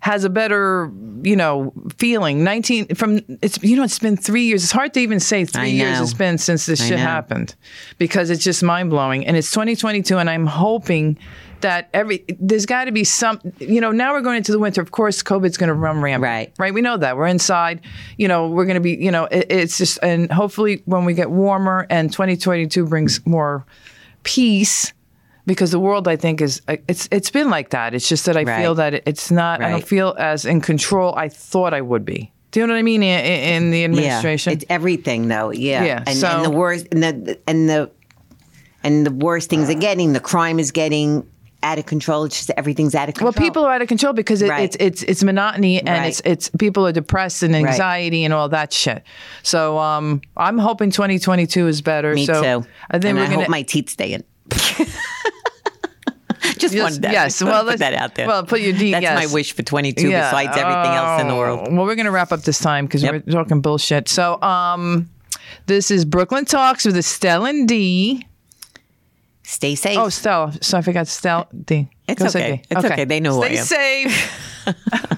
Speaker 4: has a better, you know, feeling. 19 from it's you know it's been 3 years. It's hard to even say 3
Speaker 5: I
Speaker 4: years
Speaker 5: know.
Speaker 4: it's been since this
Speaker 5: I
Speaker 4: shit
Speaker 5: know.
Speaker 4: happened because it's just mind-blowing and it's 2022 and I'm hoping that every there's got to be some you know now we're going into the winter of course covid's going to run rampant
Speaker 5: Right.
Speaker 4: right we know that we're inside you know we're going to be you know it, it's just and hopefully when we get warmer and 2022 brings more peace because the world i think is uh, it's it's been like that it's just that i
Speaker 5: Right.
Speaker 4: feel that it- it's not i don't
Speaker 5: Right.
Speaker 4: feel as in control i thought i would be do you know what i mean in, in the administration
Speaker 5: Yeah, it's everything though. Yeah.
Speaker 4: Yeah,
Speaker 5: And,
Speaker 4: so-
Speaker 5: and the worst and the and the and the worst things are getting. The crime is getting out of control. It's just everything's out of control.
Speaker 4: Well, people are out of control because it,
Speaker 5: Right.
Speaker 4: it's it's it's monotony and
Speaker 5: Right.
Speaker 4: it's it's people are depressed and anxiety and all that shit. So um, I'm hoping 2022 is better.
Speaker 5: Me
Speaker 4: so
Speaker 5: too.
Speaker 4: I think
Speaker 5: and
Speaker 4: we're
Speaker 5: I
Speaker 4: gonna.
Speaker 5: hope my teeth stay in. just
Speaker 4: Yes,
Speaker 5: wanted that.
Speaker 4: yes,
Speaker 5: I wanted
Speaker 4: well,
Speaker 5: to put
Speaker 4: let's-
Speaker 5: that out there.
Speaker 4: well, put your teeth-
Speaker 5: That's
Speaker 4: yes.
Speaker 5: my wish for 22.
Speaker 4: Yeah. Oh.
Speaker 5: Besides everything else in the world.
Speaker 4: Well, we're going to wrap up this time because
Speaker 5: Yep.
Speaker 4: we're talking bullshit. So, um, this is Brooklyn Talks with Estelle and Oh, D.
Speaker 5: Stay safe.
Speaker 4: Oh, Stella. So I forgot Stella D.
Speaker 5: It's
Speaker 4: Go say
Speaker 5: okay.
Speaker 4: D.
Speaker 5: It's okay. They know who
Speaker 4: Stay
Speaker 5: I am.
Speaker 4: safe.